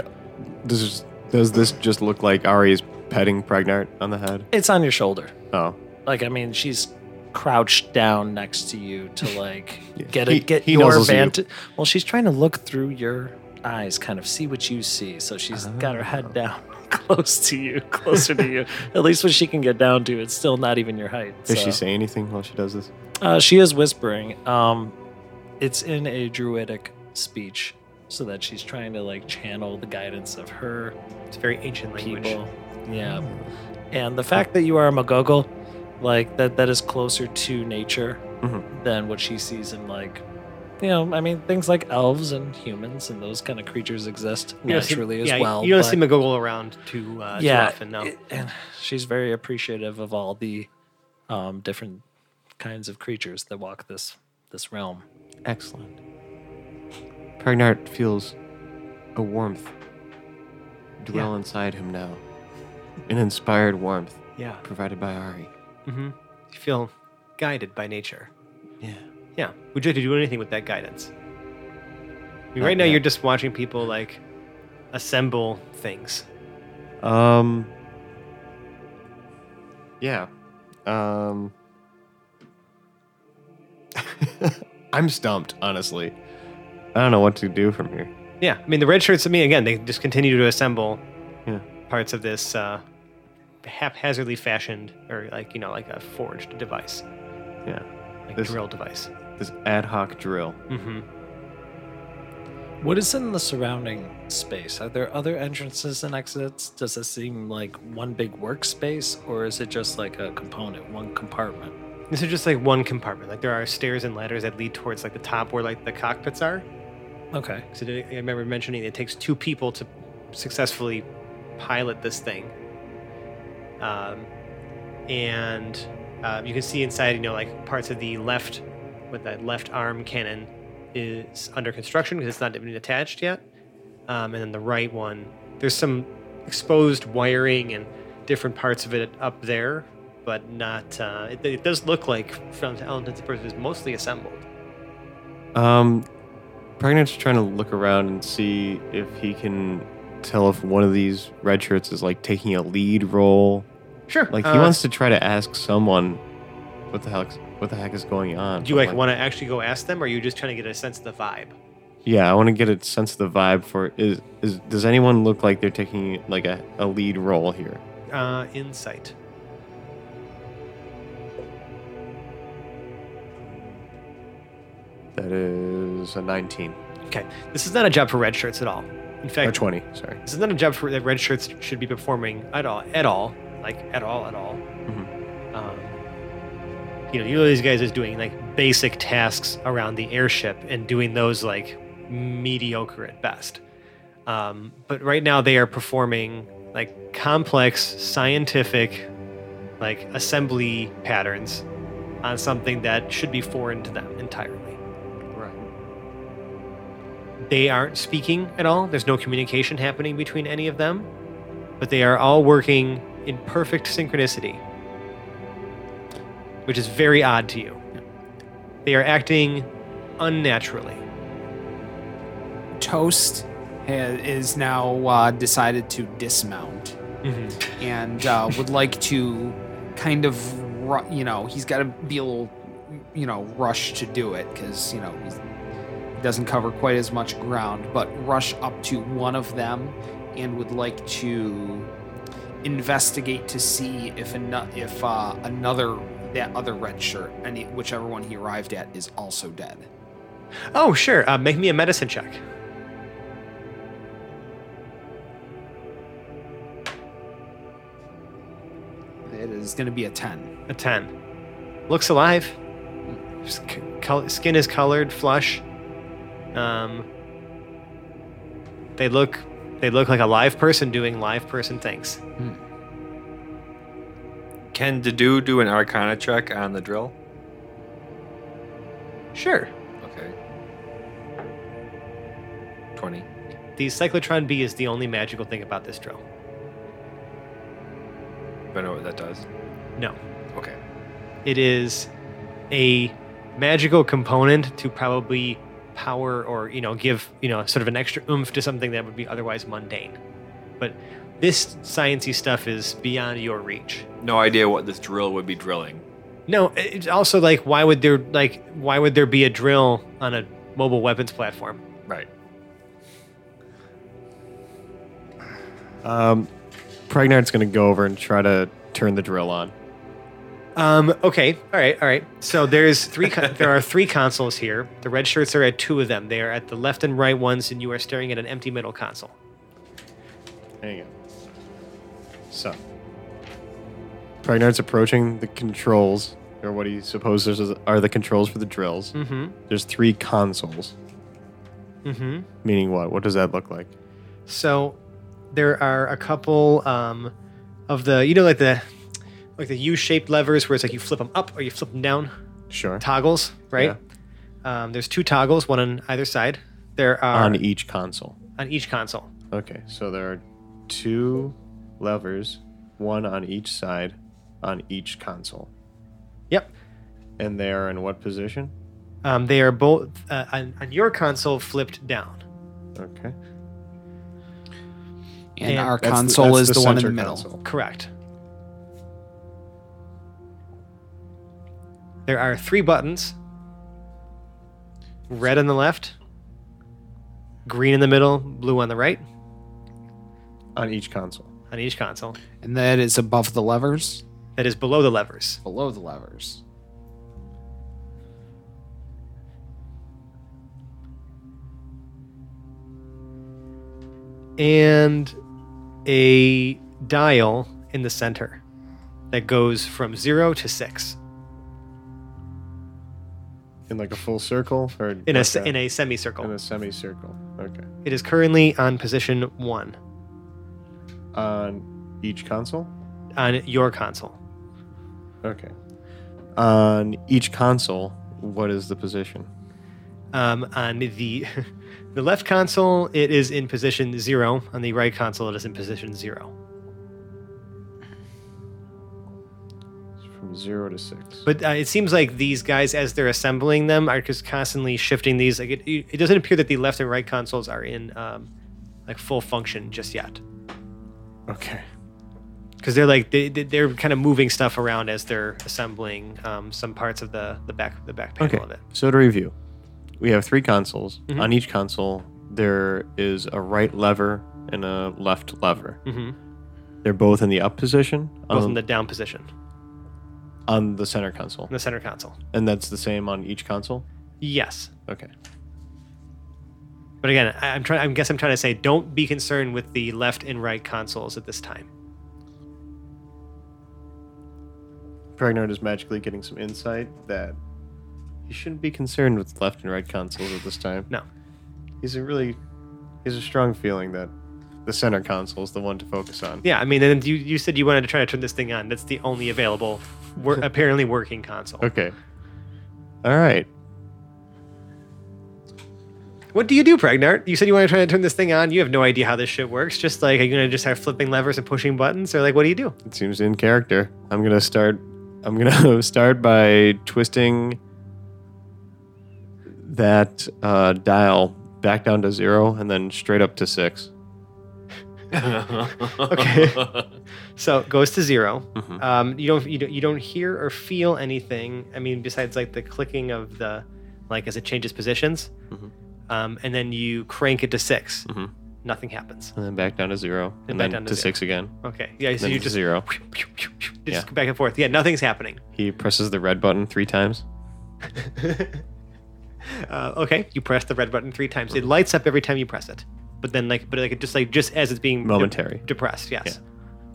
[SPEAKER 1] Does this, does this just look like Ari is petting Pregnart on the head?
[SPEAKER 6] it's on your shoulder.
[SPEAKER 1] Oh,
[SPEAKER 6] Like I mean, she's crouched down next to you to like
[SPEAKER 1] Yeah.
[SPEAKER 6] get a,
[SPEAKER 1] He-
[SPEAKER 6] get
[SPEAKER 1] he
[SPEAKER 6] your
[SPEAKER 1] nuzzles you.
[SPEAKER 6] vantage. Well, she's trying to look through your eyes, kind of see what you see. So she's got her
[SPEAKER 1] Ah.
[SPEAKER 6] head down, close to you, closer to you. At least what she can get down to, it's still not even your height.
[SPEAKER 1] does
[SPEAKER 6] so.
[SPEAKER 1] she say anything while she does this?
[SPEAKER 6] Uh, she is whispering. Um, it's in a druidic speech, so that she's trying to like channel the guidance of her
[SPEAKER 2] it's very ancient language Hmm.
[SPEAKER 6] people. Yeah. And the fact that you are a Magogol, like that that is closer to nature
[SPEAKER 2] Mm-hmm.
[SPEAKER 1] Mhm.
[SPEAKER 6] than what she sees in like you know, I mean things like elves and humans and those kind of creatures exist
[SPEAKER 2] You don't see-
[SPEAKER 6] naturally as
[SPEAKER 2] yeah,
[SPEAKER 6] well.
[SPEAKER 2] you don't
[SPEAKER 6] but-
[SPEAKER 2] see McGoggle around too uh yeah
[SPEAKER 6] yeah,
[SPEAKER 2] too often no
[SPEAKER 6] it- and she's very appreciative of all the um, different kinds of creatures that walk this this realm.
[SPEAKER 1] Excellent. Pregnart feels a warmth dwell inside him now. An inspired warmth
[SPEAKER 2] yeah
[SPEAKER 1] provided by Ari.
[SPEAKER 2] mm-hmm. you feel guided by nature
[SPEAKER 1] Yeah.
[SPEAKER 2] yeah would you like to do anything with that guidance I mean,
[SPEAKER 1] Not
[SPEAKER 2] right now
[SPEAKER 1] yet.
[SPEAKER 2] you're just watching people like assemble things
[SPEAKER 1] Um. Yeah. Um. I'm stumped, honestly. I don't know what to do from here.
[SPEAKER 2] Yeah, I mean the red shirts. I mean, again, they just continue to assemble
[SPEAKER 1] Yeah.
[SPEAKER 2] parts of this uh, haphazardly fashioned or like you know like a forged device,
[SPEAKER 1] Yeah.
[SPEAKER 2] like Mm-hmm.
[SPEAKER 1] This-
[SPEAKER 2] drill device.
[SPEAKER 1] This ad hoc drill.
[SPEAKER 2] Mm-hmm.
[SPEAKER 6] What is in the surrounding space? Are there other entrances and exits? Does it seem like one big workspace, or is it just like a component, one compartment?
[SPEAKER 2] This is just like one compartment. Like there are stairs and ladders that lead towards like the top where like the cockpits are.
[SPEAKER 6] Okay.
[SPEAKER 2] So did- I remember mentioning it takes two people to successfully pilot this thing. Um, and uh, you can see inside, you know, like parts of the left, with that left arm cannon is under construction because it's not even attached yet. Um, and then the right one, there's some exposed wiring and different parts of it up there, but not. Uh, it, it does look like, from all intents and purposes, mostly assembled.
[SPEAKER 1] Um, Pregnant's trying to look around and see if he can tell if one of these red shirts is like taking a lead role.
[SPEAKER 2] Sure.
[SPEAKER 1] Like he
[SPEAKER 2] uh,
[SPEAKER 1] wants to try to ask someone what the heck what the heck is going on.
[SPEAKER 2] Do you like want to actually go ask them, or are you just trying to get a sense of the vibe?
[SPEAKER 1] Yeah, I want to get a sense of the vibe for is is does anyone look like they're taking like a, a lead role here?
[SPEAKER 2] Uh, insight.
[SPEAKER 1] That is a 19
[SPEAKER 2] This is not a job for red shirts at all. In
[SPEAKER 1] or
[SPEAKER 2] fact,
[SPEAKER 1] 20, sorry.
[SPEAKER 2] this is not a job for that red shirts should be performing at all, at all, like at all, at all. Um, you know, you know these guys is doing like basic tasks around the airship and doing those like mediocre at best. Um, but right now they are performing like complex scientific like assembly patterns on something that should be foreign to them entirely.
[SPEAKER 1] Right.
[SPEAKER 2] They aren't speaking at all. There's no communication happening between any of them, but they are all working in perfect synchronicity, which is very odd to you. They are acting unnaturally.
[SPEAKER 5] Toast ha- is now uh, decided to dismount and uh, would like to kind of, ru- you know, he's got to be a little, you know, rush to do it because, you know, he's, he doesn't cover quite as much ground, but rush up to one of them and would like to investigate to see if, ano- if uh, another, that other red shirt, any, whichever one he arrived at, is also dead.
[SPEAKER 2] Oh, sure. Uh, make me a medicine check.
[SPEAKER 5] It is going to be a 10.
[SPEAKER 2] A 10. Looks alive. Sk- col- Skin is colored, flush. Um, they look they look like a live person doing live person things.
[SPEAKER 3] Can Dadu do an Arcana check on the drill?
[SPEAKER 2] Sure.
[SPEAKER 3] Okay. 20.
[SPEAKER 2] The cyclotron B is the only magical thing about this drill.
[SPEAKER 3] I know what that does.
[SPEAKER 2] No.
[SPEAKER 3] Okay.
[SPEAKER 2] It is a magical component to probably power or, you know, give, you know, sort of an extra oomph to something that would be otherwise mundane. But this sciency stuff is beyond your reach.
[SPEAKER 3] No idea what this drill would be drilling.
[SPEAKER 2] No, it- it's also like why would there like why would there be a drill on a mobile weapons platform?
[SPEAKER 3] Right.
[SPEAKER 1] Um Pregnant's going to go over and try to turn the drill on.
[SPEAKER 2] Um, okay, all right, all right. So there's three. Con- there are three consoles here. The red shirts are at two of them. They are at the left and right ones, and you are staring at an empty middle console.
[SPEAKER 1] There you go. So, Pregnart's approaching the controls, or what he supposes is- are the controls for the drills.
[SPEAKER 2] Mm-hmm.
[SPEAKER 1] There's three consoles.
[SPEAKER 2] Mm-hmm.
[SPEAKER 1] Meaning what? What does that look like?
[SPEAKER 2] So there are a couple um, of the you know like the like the U-shaped levers where it's like you flip them up or you flip them down.
[SPEAKER 1] Sure.
[SPEAKER 2] Toggles, right? Um, there's two toggles, one on either side. There are
[SPEAKER 1] On e- each console.
[SPEAKER 2] on each console.
[SPEAKER 1] Okay, so there are two levers, one on each side, on each console.
[SPEAKER 2] Yep.
[SPEAKER 1] And they are in what position?
[SPEAKER 2] Um, they are both uh, on, on your console flipped down.
[SPEAKER 1] Okay.
[SPEAKER 5] And,
[SPEAKER 2] And
[SPEAKER 5] our
[SPEAKER 1] That's
[SPEAKER 5] console
[SPEAKER 1] that's
[SPEAKER 5] is the, one in the
[SPEAKER 1] center
[SPEAKER 5] middle.
[SPEAKER 1] console.
[SPEAKER 2] Correct. There are three buttons red on the left, green in the middle, blue on the right
[SPEAKER 1] On each console.
[SPEAKER 2] on each console
[SPEAKER 5] And that is above the levers,
[SPEAKER 2] that is below the levers.
[SPEAKER 5] below the levers.
[SPEAKER 2] and a dial in the center that goes from zero to six
[SPEAKER 1] In like a full circle or
[SPEAKER 2] in a
[SPEAKER 1] like
[SPEAKER 2] s in a semicircle.
[SPEAKER 1] in a semicircle. Okay.
[SPEAKER 2] It is currently on position one
[SPEAKER 1] On each console.
[SPEAKER 2] on your console.
[SPEAKER 1] Okay. On each console, what is the position?
[SPEAKER 2] Um, on the the left console, it is in position zero. On the right console, it is in position zero.
[SPEAKER 1] From zero to six.
[SPEAKER 2] But uh, it seems like these guys, as they're assembling them, are just constantly shifting these. Like it, it doesn't appear that the left and right consoles are in um, like full function just yet,
[SPEAKER 1] okay.
[SPEAKER 2] because they're like they, they- they're kind of moving stuff around as they're assembling um, some parts of the the back the back panel
[SPEAKER 1] Okay.
[SPEAKER 2] of it.
[SPEAKER 1] So to review, we have three consoles.
[SPEAKER 2] Mhm.
[SPEAKER 1] On each console, there is a right lever and a left lever.
[SPEAKER 2] Mm-hmm.
[SPEAKER 1] They're both in the up position
[SPEAKER 2] Both
[SPEAKER 1] on,
[SPEAKER 2] in the down position,
[SPEAKER 1] on the center console,
[SPEAKER 2] in the center console.
[SPEAKER 1] and that's the same on each console.
[SPEAKER 2] Yes.
[SPEAKER 1] Okay.
[SPEAKER 2] But again, I, I'm trying. I guess I'm trying to say, don't be concerned with the left and right consoles at this time.
[SPEAKER 1] Pregnard is magically getting some insight that he shouldn't be concerned with left and right consoles at this time.
[SPEAKER 2] No.
[SPEAKER 1] He's a really, he's a strong feeling that the center console is the one to focus on.
[SPEAKER 2] Yeah, I mean, and you you said you wanted to try to turn this thing on. That's the only available, wor- apparently working console.
[SPEAKER 1] Okay. All right.
[SPEAKER 2] What do you do, Pregnart? You said you want to try to turn this thing on. You have no idea how this shit works. Just like, are you going to just start flipping levers and pushing buttons? Or like, what do you do?
[SPEAKER 1] It seems in character. I'm gonna start. I'm gonna start by twisting that uh, dial back down to zero and then straight up to six.
[SPEAKER 6] okay.
[SPEAKER 2] So it goes to 0
[SPEAKER 1] Mhm.
[SPEAKER 2] Um, you don't you don't you don't hear or feel anything. I mean, besides like the clicking of the like as it changes positions,
[SPEAKER 1] Mhm.
[SPEAKER 2] um, and then you crank it to 6
[SPEAKER 1] Mhm.
[SPEAKER 2] Nothing happens.
[SPEAKER 1] And then back down to zero. And,
[SPEAKER 2] And
[SPEAKER 1] then
[SPEAKER 2] back down to
[SPEAKER 1] to
[SPEAKER 2] zero.
[SPEAKER 1] six again.
[SPEAKER 2] Okay. Yeah.
[SPEAKER 1] And
[SPEAKER 2] So
[SPEAKER 1] then
[SPEAKER 2] you
[SPEAKER 1] to
[SPEAKER 2] just
[SPEAKER 1] zero.
[SPEAKER 2] just
[SPEAKER 1] Yeah.
[SPEAKER 2] go back and forth. Yeah. Nothing's happening.
[SPEAKER 1] He presses the red button three times.
[SPEAKER 2] Uh, okay. You press the red button three times. It lights up every time you press it. But then like but like it just like just as it's being de-
[SPEAKER 1] Momentary.
[SPEAKER 2] depressed. Yes.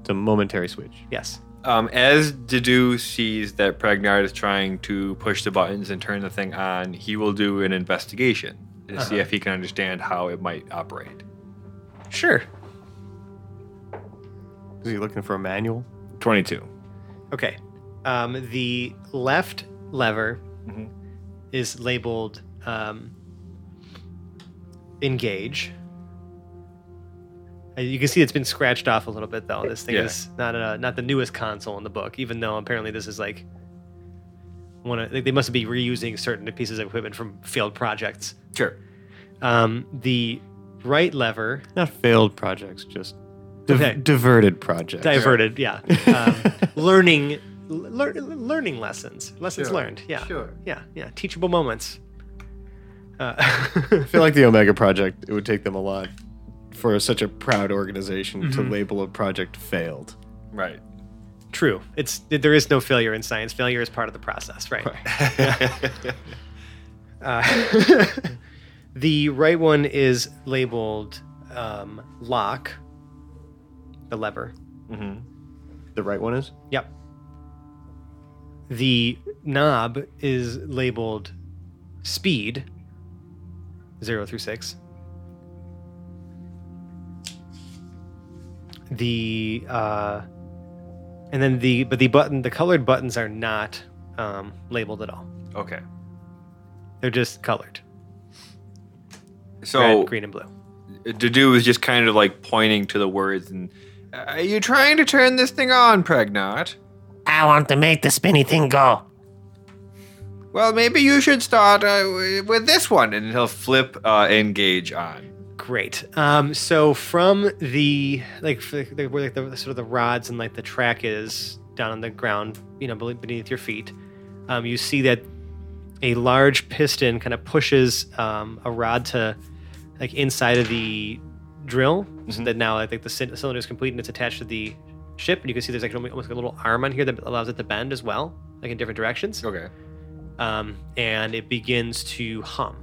[SPEAKER 1] It's a momentary switch.
[SPEAKER 2] Yes.
[SPEAKER 3] Um, as Dedu sees that Pregnard is trying to push the buttons and turn the thing on, he will do an investigation to see
[SPEAKER 1] Uh-huh.
[SPEAKER 3] if he can understand how it might operate.
[SPEAKER 2] Sure.
[SPEAKER 1] Is he looking for a manual?
[SPEAKER 3] 22.
[SPEAKER 2] Okay. Um, the left lever
[SPEAKER 3] Mhm.
[SPEAKER 2] is labeled um, engage. Uh, You can see it's been scratched off a little bit though. This thing
[SPEAKER 3] Yeah.
[SPEAKER 2] is not a, not the newest console in the book, even though apparently this is like one of like, they must be reusing certain pieces of equipment from failed projects.
[SPEAKER 3] Sure.
[SPEAKER 2] Um, the right lever
[SPEAKER 1] Not failed projects, just div-
[SPEAKER 2] Okay.
[SPEAKER 1] diverted projects.
[SPEAKER 2] diverted, yeah. Um, learning lear- learning lessons, lessons
[SPEAKER 3] Sure.
[SPEAKER 2] learned, yeah.
[SPEAKER 3] Sure.
[SPEAKER 2] yeah, yeah, teachable moments. Uh,
[SPEAKER 1] I feel like the Omega Project, it would take them a lot for such a proud organization to label a project failed.
[SPEAKER 3] Right.
[SPEAKER 2] true. It's there is no failure in science. Failure is part of the process, right? Uh, the right one is labeled um, lock, the lever.
[SPEAKER 3] hmm
[SPEAKER 1] The right one is?
[SPEAKER 2] Yep. The knob is labeled speed, zero through six. The uh, and then the but the button the colored buttons are not um, labeled at all.
[SPEAKER 3] Okay.
[SPEAKER 2] They're just colored,
[SPEAKER 3] So
[SPEAKER 2] red, green, and blue.
[SPEAKER 3] Dedu is just kind of like pointing to the words and, Are you trying to turn this thing on, Pregnard?
[SPEAKER 4] I want to make the spinny thing go.
[SPEAKER 3] Well, maybe you should start uh, w- with this one. And he'll flip uh, engage on.
[SPEAKER 2] Great. Um, so from the like f- the, where like the sort of the rods and like the track is down on the ground, you know, bel- beneath your feet, um, you see that a large piston kind of pushes um, a rod to like inside of the drill, so
[SPEAKER 3] Mhm.
[SPEAKER 2] that now I think the cyn- cylinder is complete and it's attached to the ship. And you can see there's like almost like a little arm on here that allows it to bend as well, like in different directions
[SPEAKER 3] Okay.
[SPEAKER 2] um, and it begins to hum.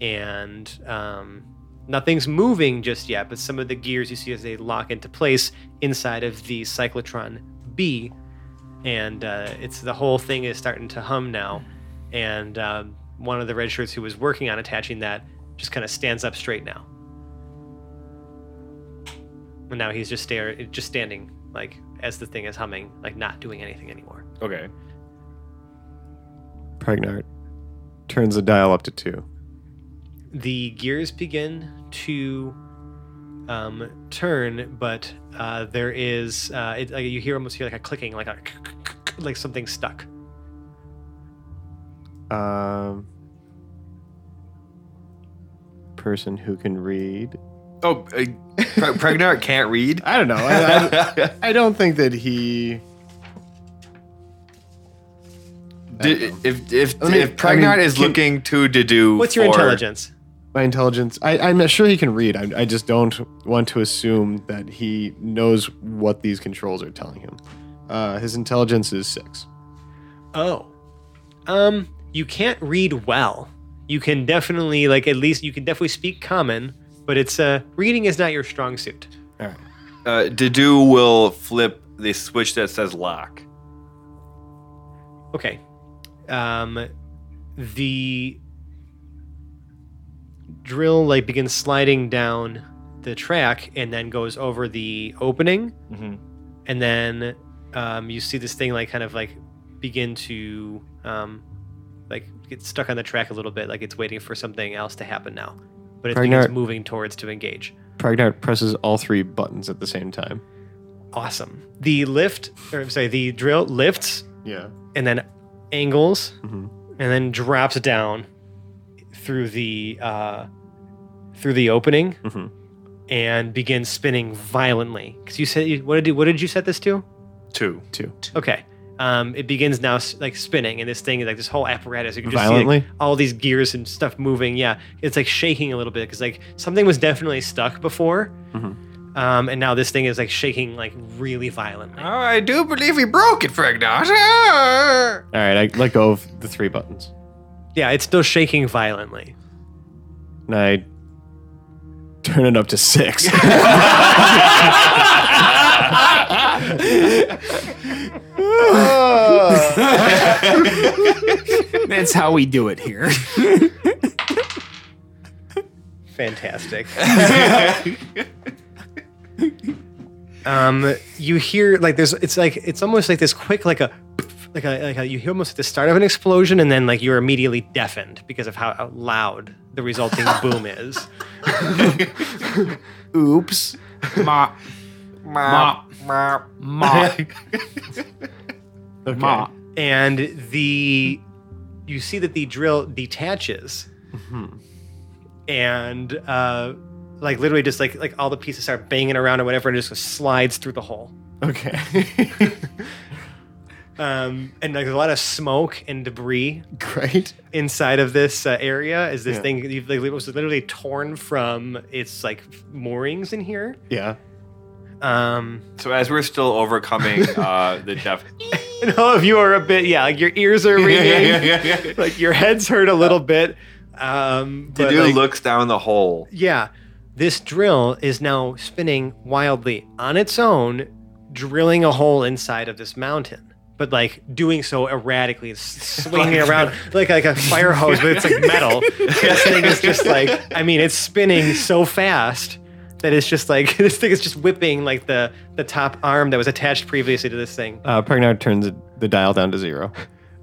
[SPEAKER 2] And um, Nothing's moving just yet, but some of the gears you see as they lock into place inside of the cyclotron B, and uh, it's the whole thing is starting to hum now. And um, one of the red shirts who was working on attaching that just kind of stands up straight now, and now he's just stare, just standing like as the thing is humming, like not doing anything anymore.
[SPEAKER 1] Okay. Pregnart turns the dial up to two.
[SPEAKER 2] the gears begin to um, turn, but uh, there is uh, it, like, you hear almost hear like a clicking, like a like something stuck.
[SPEAKER 1] Um, person who can read.
[SPEAKER 3] Oh, uh, Pre- Pregnart can't read.
[SPEAKER 1] I don't know. I, I- I don't think that he.
[SPEAKER 3] D- if if
[SPEAKER 1] I mean-
[SPEAKER 3] if Pregnart
[SPEAKER 1] I mean,
[SPEAKER 3] is
[SPEAKER 1] can-
[SPEAKER 3] looking to Dedu,
[SPEAKER 2] What's your
[SPEAKER 3] for-
[SPEAKER 2] intelligence?
[SPEAKER 1] My intelligence. I, I'm not sure he can read. I, I just don't want to assume that he knows what these controls are telling him. Uh, his intelligence is six.
[SPEAKER 2] Oh, um, you can't read well. You can definitely like at least you can definitely speak common, but it's uh reading is not your strong suit.
[SPEAKER 1] All right.
[SPEAKER 3] Uh, Dedu will flip the switch that says lock.
[SPEAKER 2] Okay. Um, the drill like begins sliding down the track and then goes over the opening,
[SPEAKER 3] Mhm.
[SPEAKER 2] and then um, you see this thing like kind of like begin to um, like get stuck on the track a little bit, like it's waiting for something else to happen now, but it begins
[SPEAKER 1] Ragnar-
[SPEAKER 2] moving towards to engage.
[SPEAKER 1] Pregnart presses all three buttons at the same time.
[SPEAKER 2] Awesome. The lift, or I'm sorry, the drill lifts
[SPEAKER 1] Yeah.
[SPEAKER 2] and then angles
[SPEAKER 1] Mhm.
[SPEAKER 2] and then drops down through the uh, through the opening
[SPEAKER 1] Mhm.
[SPEAKER 2] and begins spinning violently because you said you- what did you, what did you set this to
[SPEAKER 3] Two.
[SPEAKER 1] Two.
[SPEAKER 2] okay um, it begins now s- like spinning and this thing like this whole apparatus you can just see like,
[SPEAKER 1] Violently.
[SPEAKER 2] all these gears and stuff moving yeah it's like shaking a little bit because like something was definitely stuck before
[SPEAKER 1] Mhm.
[SPEAKER 2] um, and now this thing is like shaking like really violently
[SPEAKER 3] Oh, I do believe he broke it, Pregnart. Ah!
[SPEAKER 1] All right. I let go of the three buttons.
[SPEAKER 2] Yeah, it's still shaking violently.
[SPEAKER 1] and I turn it up to six.
[SPEAKER 5] That's how we do it here.
[SPEAKER 2] Fantastic. um, you hear like there's it's like it's almost like this quick like a like a, like a you hear almost the start of an explosion and then like you're immediately deafened because of how loud the resulting boom is.
[SPEAKER 5] Oops. Mop. Mop. Mop. Mop.
[SPEAKER 1] Okay.
[SPEAKER 5] Mop.
[SPEAKER 2] And the you see that the drill detaches
[SPEAKER 1] Mhm.
[SPEAKER 2] and uh like literally just like like all the pieces start banging around or whatever and it just slides through the hole.
[SPEAKER 1] Okay.
[SPEAKER 2] um, and like there's a lot of smoke and debris
[SPEAKER 1] Great.
[SPEAKER 2] inside of this uh, area. Is this
[SPEAKER 1] Yeah.
[SPEAKER 2] thing you've, like, it was literally torn from its like moorings in here?
[SPEAKER 1] Yeah.
[SPEAKER 2] Um,
[SPEAKER 3] So as we're still overcoming uh, the deaf,
[SPEAKER 2] and all of you are a bit yeah, like your ears are ringing, like your heads hurt a little bit. Um, but,
[SPEAKER 3] Dudu
[SPEAKER 2] like,
[SPEAKER 3] looks down the hole.
[SPEAKER 2] Yeah, this drill is now spinning wildly on its own, drilling a hole inside of this mountain. But like doing so erratically, it's swinging around like like a fire hose, but it's like metal. this thing is just like I mean, it's spinning so fast that it's just like this thing is just whipping like the the top arm that was attached previously to this thing.
[SPEAKER 1] Uh, Pregnard turns the dial down to zero.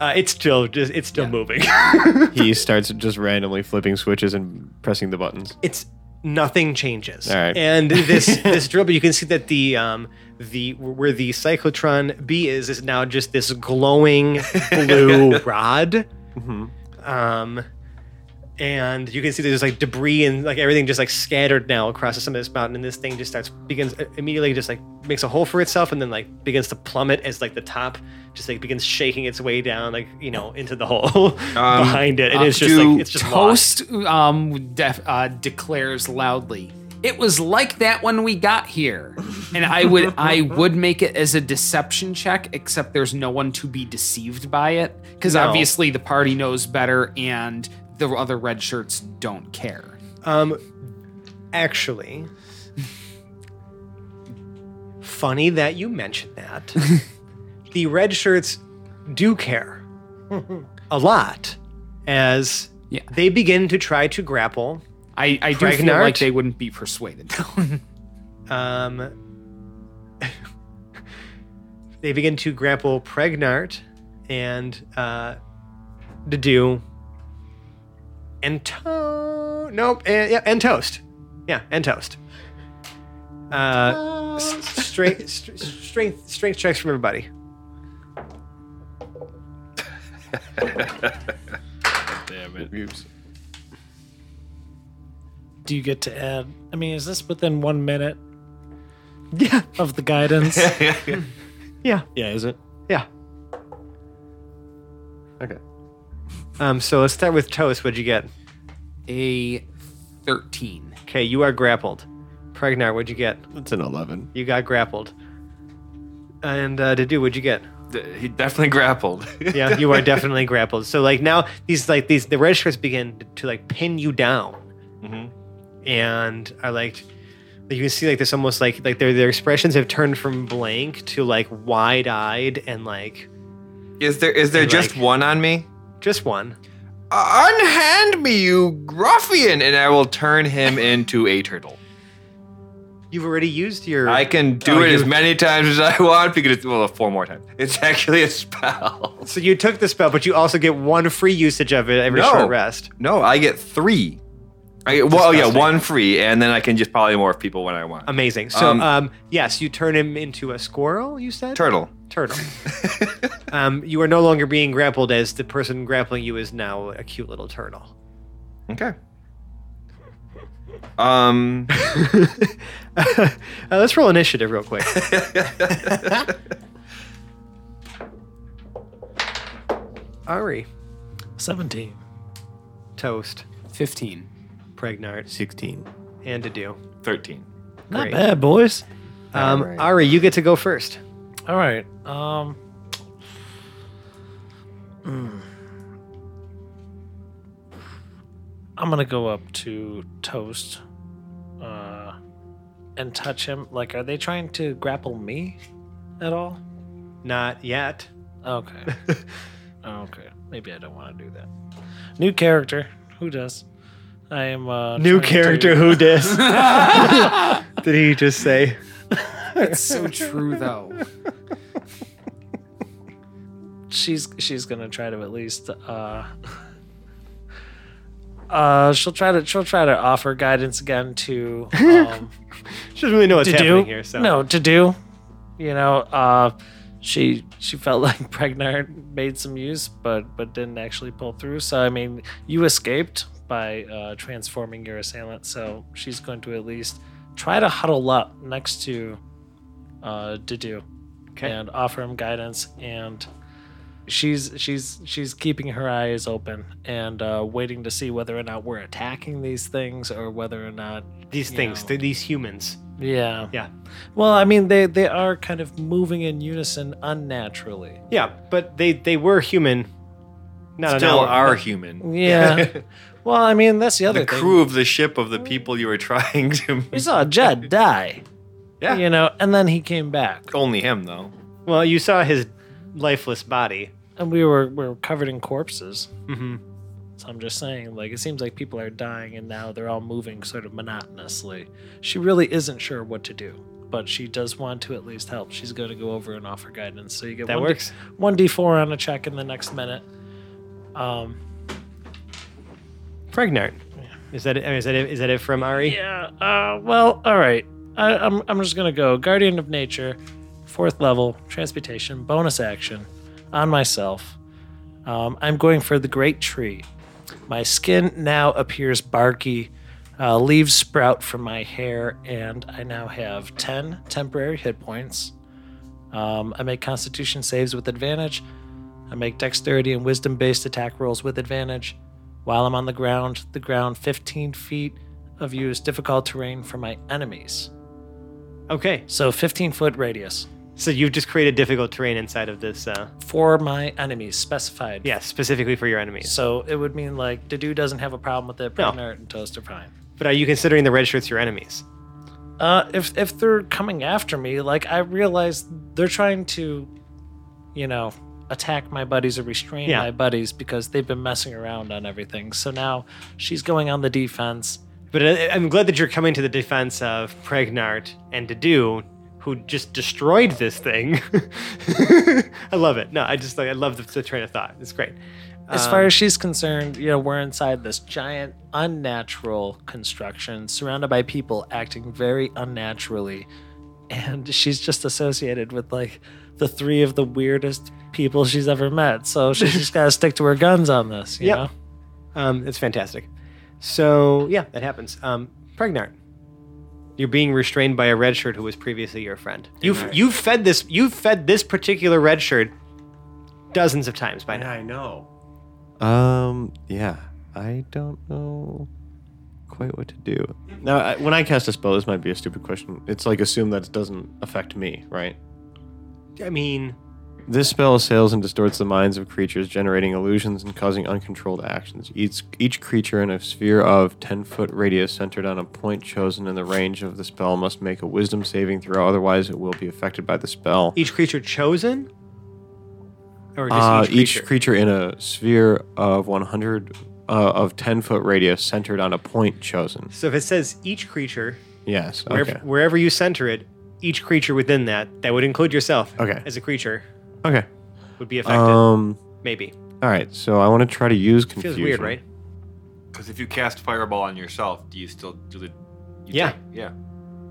[SPEAKER 2] Uh, it's still just it's still moving.
[SPEAKER 1] He starts just randomly flipping switches and pressing the buttons.
[SPEAKER 2] it's nothing changes.
[SPEAKER 1] All right.
[SPEAKER 2] And this this drill, but you can see that the um the where the cyclotron B is is now just this glowing blue rod.
[SPEAKER 1] Mhm.
[SPEAKER 2] Um, and you can see there's like debris and like everything just like scattered now across the summit of this mountain. And this thing just starts begins uh, immediately just like makes a hole for itself and then like begins to plummet as like the top just like begins shaking its way down like you know into the hole
[SPEAKER 3] Um,
[SPEAKER 2] behind it. And
[SPEAKER 5] uh,
[SPEAKER 2] it's just
[SPEAKER 3] do
[SPEAKER 2] like it's just lost.
[SPEAKER 5] Toast um, def, uh, declares loudly. It was like that when we got here, and I would I would make it as a deception check, except there's no one to be deceived by it, because
[SPEAKER 2] No.
[SPEAKER 5] obviously the party knows better, and the other red shirts don't care.
[SPEAKER 2] Um, actually, funny that you mentioned that. the red shirts do care a lot as
[SPEAKER 5] Yeah.
[SPEAKER 2] they begin to try to grapple.
[SPEAKER 5] I, I do feel
[SPEAKER 2] Pregnant?
[SPEAKER 5] like they wouldn't be persuaded.
[SPEAKER 2] Um, they begin to grapple Pregnart and uh, Dadu and to- nope and, yeah, and toast yeah and toast. Uh, s- strength, str- strength, strength checks from everybody.
[SPEAKER 6] Damn it.
[SPEAKER 1] Oops.
[SPEAKER 6] Do you get to add? I mean, is this within one minute
[SPEAKER 2] Yeah,
[SPEAKER 6] of the guidance?
[SPEAKER 2] yeah,
[SPEAKER 6] yeah, is it?
[SPEAKER 2] yeah.
[SPEAKER 1] Okay.
[SPEAKER 2] Um, so let's start with toast. What'd you get?
[SPEAKER 5] A 13.
[SPEAKER 2] Okay, you are grappled. Pregnart, what'd you get?
[SPEAKER 1] That's an 11.
[SPEAKER 2] You got grappled. And uh, Dadu, what'd you get?
[SPEAKER 3] D- he definitely grappled.
[SPEAKER 2] Yeah, you are definitely grappled. So like now these like these the red shirts begin to like pin you down,
[SPEAKER 3] Mm-hmm.
[SPEAKER 2] and are like like, you can see like this almost like like their their expressions have turned from blank to like wide eyed and like
[SPEAKER 3] Is there is there
[SPEAKER 2] And,
[SPEAKER 3] just
[SPEAKER 2] like-
[SPEAKER 3] one on me?
[SPEAKER 2] just one.
[SPEAKER 3] Uh, unhand me, you ruffian, and I will turn him into a turtle.
[SPEAKER 2] You've already used your.
[SPEAKER 3] I can do
[SPEAKER 2] Oh,
[SPEAKER 3] it
[SPEAKER 2] you-
[SPEAKER 3] as many times as I want because it's well four more times. It's actually a spell.
[SPEAKER 2] so you took the spell, but you also get one free usage of it every
[SPEAKER 3] No.
[SPEAKER 2] short rest.
[SPEAKER 3] No, I get three. I get, well, yeah,
[SPEAKER 2] Disgusting.
[SPEAKER 3] one free, and then I can just polymorph people when I want.
[SPEAKER 2] Amazing. So
[SPEAKER 3] Um,
[SPEAKER 2] um yes, you turn him into a squirrel. You said
[SPEAKER 3] turtle.
[SPEAKER 2] turtle. um, you are no longer being grappled as the person grappling you is now a cute little turtle.
[SPEAKER 3] Okay. Um.
[SPEAKER 2] uh, let's roll initiative real quick. Ari,
[SPEAKER 6] 17.
[SPEAKER 2] Toast,
[SPEAKER 5] 15.
[SPEAKER 2] Pregnart,
[SPEAKER 1] 16.
[SPEAKER 2] and Adu.
[SPEAKER 3] 13.
[SPEAKER 6] Not
[SPEAKER 2] Great.
[SPEAKER 6] bad, boys.
[SPEAKER 2] Um,
[SPEAKER 1] Alright.
[SPEAKER 2] Ari, you get to go first.
[SPEAKER 6] All right. Um. mm. I'm gonna go up to Toast, uh, and touch him. Like, are they trying to grapple me at all?
[SPEAKER 2] Not yet.
[SPEAKER 6] Okay. okay. Maybe I don't want to do that. New character. Who does? I am uh,
[SPEAKER 2] New
[SPEAKER 6] trying to-
[SPEAKER 2] character, who dis? Did he just say?
[SPEAKER 5] That's so true, though.
[SPEAKER 6] she's she's gonna try to at least uh uh she'll try to she'll try to offer guidance again to um
[SPEAKER 2] She doesn't really know what's
[SPEAKER 6] to do
[SPEAKER 2] happening here. So
[SPEAKER 6] no to do you know uh she she felt like Pregnard made some use but but didn't actually pull through so I mean you escaped by uh transforming your assailant so she's going to at least try to huddle up next to uh to do
[SPEAKER 2] Okay.
[SPEAKER 6] and offer him guidance and she's she's she's keeping her eyes open and uh, waiting to see whether or not we're attacking these things or whether or not
[SPEAKER 2] These
[SPEAKER 6] you
[SPEAKER 2] things,
[SPEAKER 6] know.
[SPEAKER 2] th- these humans.
[SPEAKER 6] yeah
[SPEAKER 2] Yeah.
[SPEAKER 6] well i mean they they are kind of moving in unison unnaturally
[SPEAKER 2] Yeah, but they they were human. Not an
[SPEAKER 3] Still
[SPEAKER 2] hour-
[SPEAKER 3] are human.
[SPEAKER 6] yeah well i mean that's the other
[SPEAKER 3] The
[SPEAKER 6] thing
[SPEAKER 3] crew of the ship of the people you were trying to.
[SPEAKER 6] we saw jed die
[SPEAKER 3] Yeah.
[SPEAKER 6] you know and then he came back
[SPEAKER 3] Only him though.
[SPEAKER 2] Well, you saw his lifeless body.
[SPEAKER 6] and we were we were covered in corpses
[SPEAKER 2] Mm-hmm.
[SPEAKER 6] So I'm just saying, like, it seems like people are dying and now they're all moving sort of monotonously. She really isn't sure what to do, but she does want to at least help. She's going to go over and offer guidance. So you get
[SPEAKER 2] That
[SPEAKER 6] one,
[SPEAKER 2] works.
[SPEAKER 6] D- one d4 on a check in the next minute. Um,
[SPEAKER 2] Pregnant. Is that it? Is that it? Is that it from Ari?
[SPEAKER 6] yeah, uh, well, all right. I, I'm, I'm just going to go Guardian of Nature, fourth level, transmutation, bonus action on myself. Um, I'm going for the Great Tree. My skin now appears barky. Uh, leaves sprout from my hair, and I now have 10 temporary hit points. Um, I make constitution saves with advantage. I make dexterity and wisdom based attack rolls with advantage. While I'm on the ground, the ground 15 feet of you is difficult terrain for my enemies.
[SPEAKER 2] Okay.
[SPEAKER 6] So 15 foot radius
[SPEAKER 2] So you've just created difficult terrain inside of this. Uh,
[SPEAKER 6] for my enemies specified.
[SPEAKER 2] yeah, specifically for your enemies.
[SPEAKER 6] So it would mean like Dadu doesn't have a problem with it, Pregnant and Toast are fine.
[SPEAKER 2] But are you considering the red shirts your enemies?
[SPEAKER 6] Uh, if if they're coming after me, like I realize they're trying to, you know, attack my buddies or restrain
[SPEAKER 2] Yeah.
[SPEAKER 6] my buddies because they've been messing around on everything. So now she's going on the defense.
[SPEAKER 2] But I, I'm glad that you're coming to the defense of Pregnart and Dadu, who just destroyed this thing. I love it. No, I just like I love the, the train of thought. It's great.
[SPEAKER 6] As far as she's concerned, you know, we're inside this giant unnatural construction surrounded by people acting very unnaturally. And she's just associated with like the three of the weirdest people she's ever met. So she's just got to stick to her guns on this, you
[SPEAKER 2] Yep.
[SPEAKER 6] know?
[SPEAKER 2] Um, it's fantastic. So yeah, that happens. Um, Pregnart, you're being restrained by a red shirt who was previously your friend. You've you've fed this you've fed this particular red shirt dozens of times by now.
[SPEAKER 1] I know. Um. Yeah. I don't know quite what to do. Now, I, when I cast a spell, this might be a stupid question. It's like assume that it doesn't affect me, right?
[SPEAKER 2] I mean,
[SPEAKER 1] This spell assails and distorts the minds of creatures, generating illusions and causing uncontrolled actions. Each, each creature in a sphere of 10 foot radius centered on a point chosen in the range of the spell must make a wisdom saving throw, otherwise, it will be affected by the spell.
[SPEAKER 2] each creature chosen, or just
[SPEAKER 1] Uh,
[SPEAKER 2] each creature.
[SPEAKER 1] each, creature in a sphere of 100 uh, of 10 foot radius centered on a point chosen.
[SPEAKER 2] so if it says each creature,
[SPEAKER 1] Yes.
[SPEAKER 2] wherever,
[SPEAKER 1] Okay.
[SPEAKER 2] wherever you center it, each creature within that that would include yourself
[SPEAKER 1] Okay.
[SPEAKER 2] as a creature
[SPEAKER 1] Okay.
[SPEAKER 2] would be affected.
[SPEAKER 1] Um,
[SPEAKER 2] maybe
[SPEAKER 1] all right. So I want to try to use confusion.
[SPEAKER 2] feels weird, right?
[SPEAKER 3] Because if you cast fireball on yourself, do you still do the? you
[SPEAKER 2] Yeah.
[SPEAKER 3] take- yeah.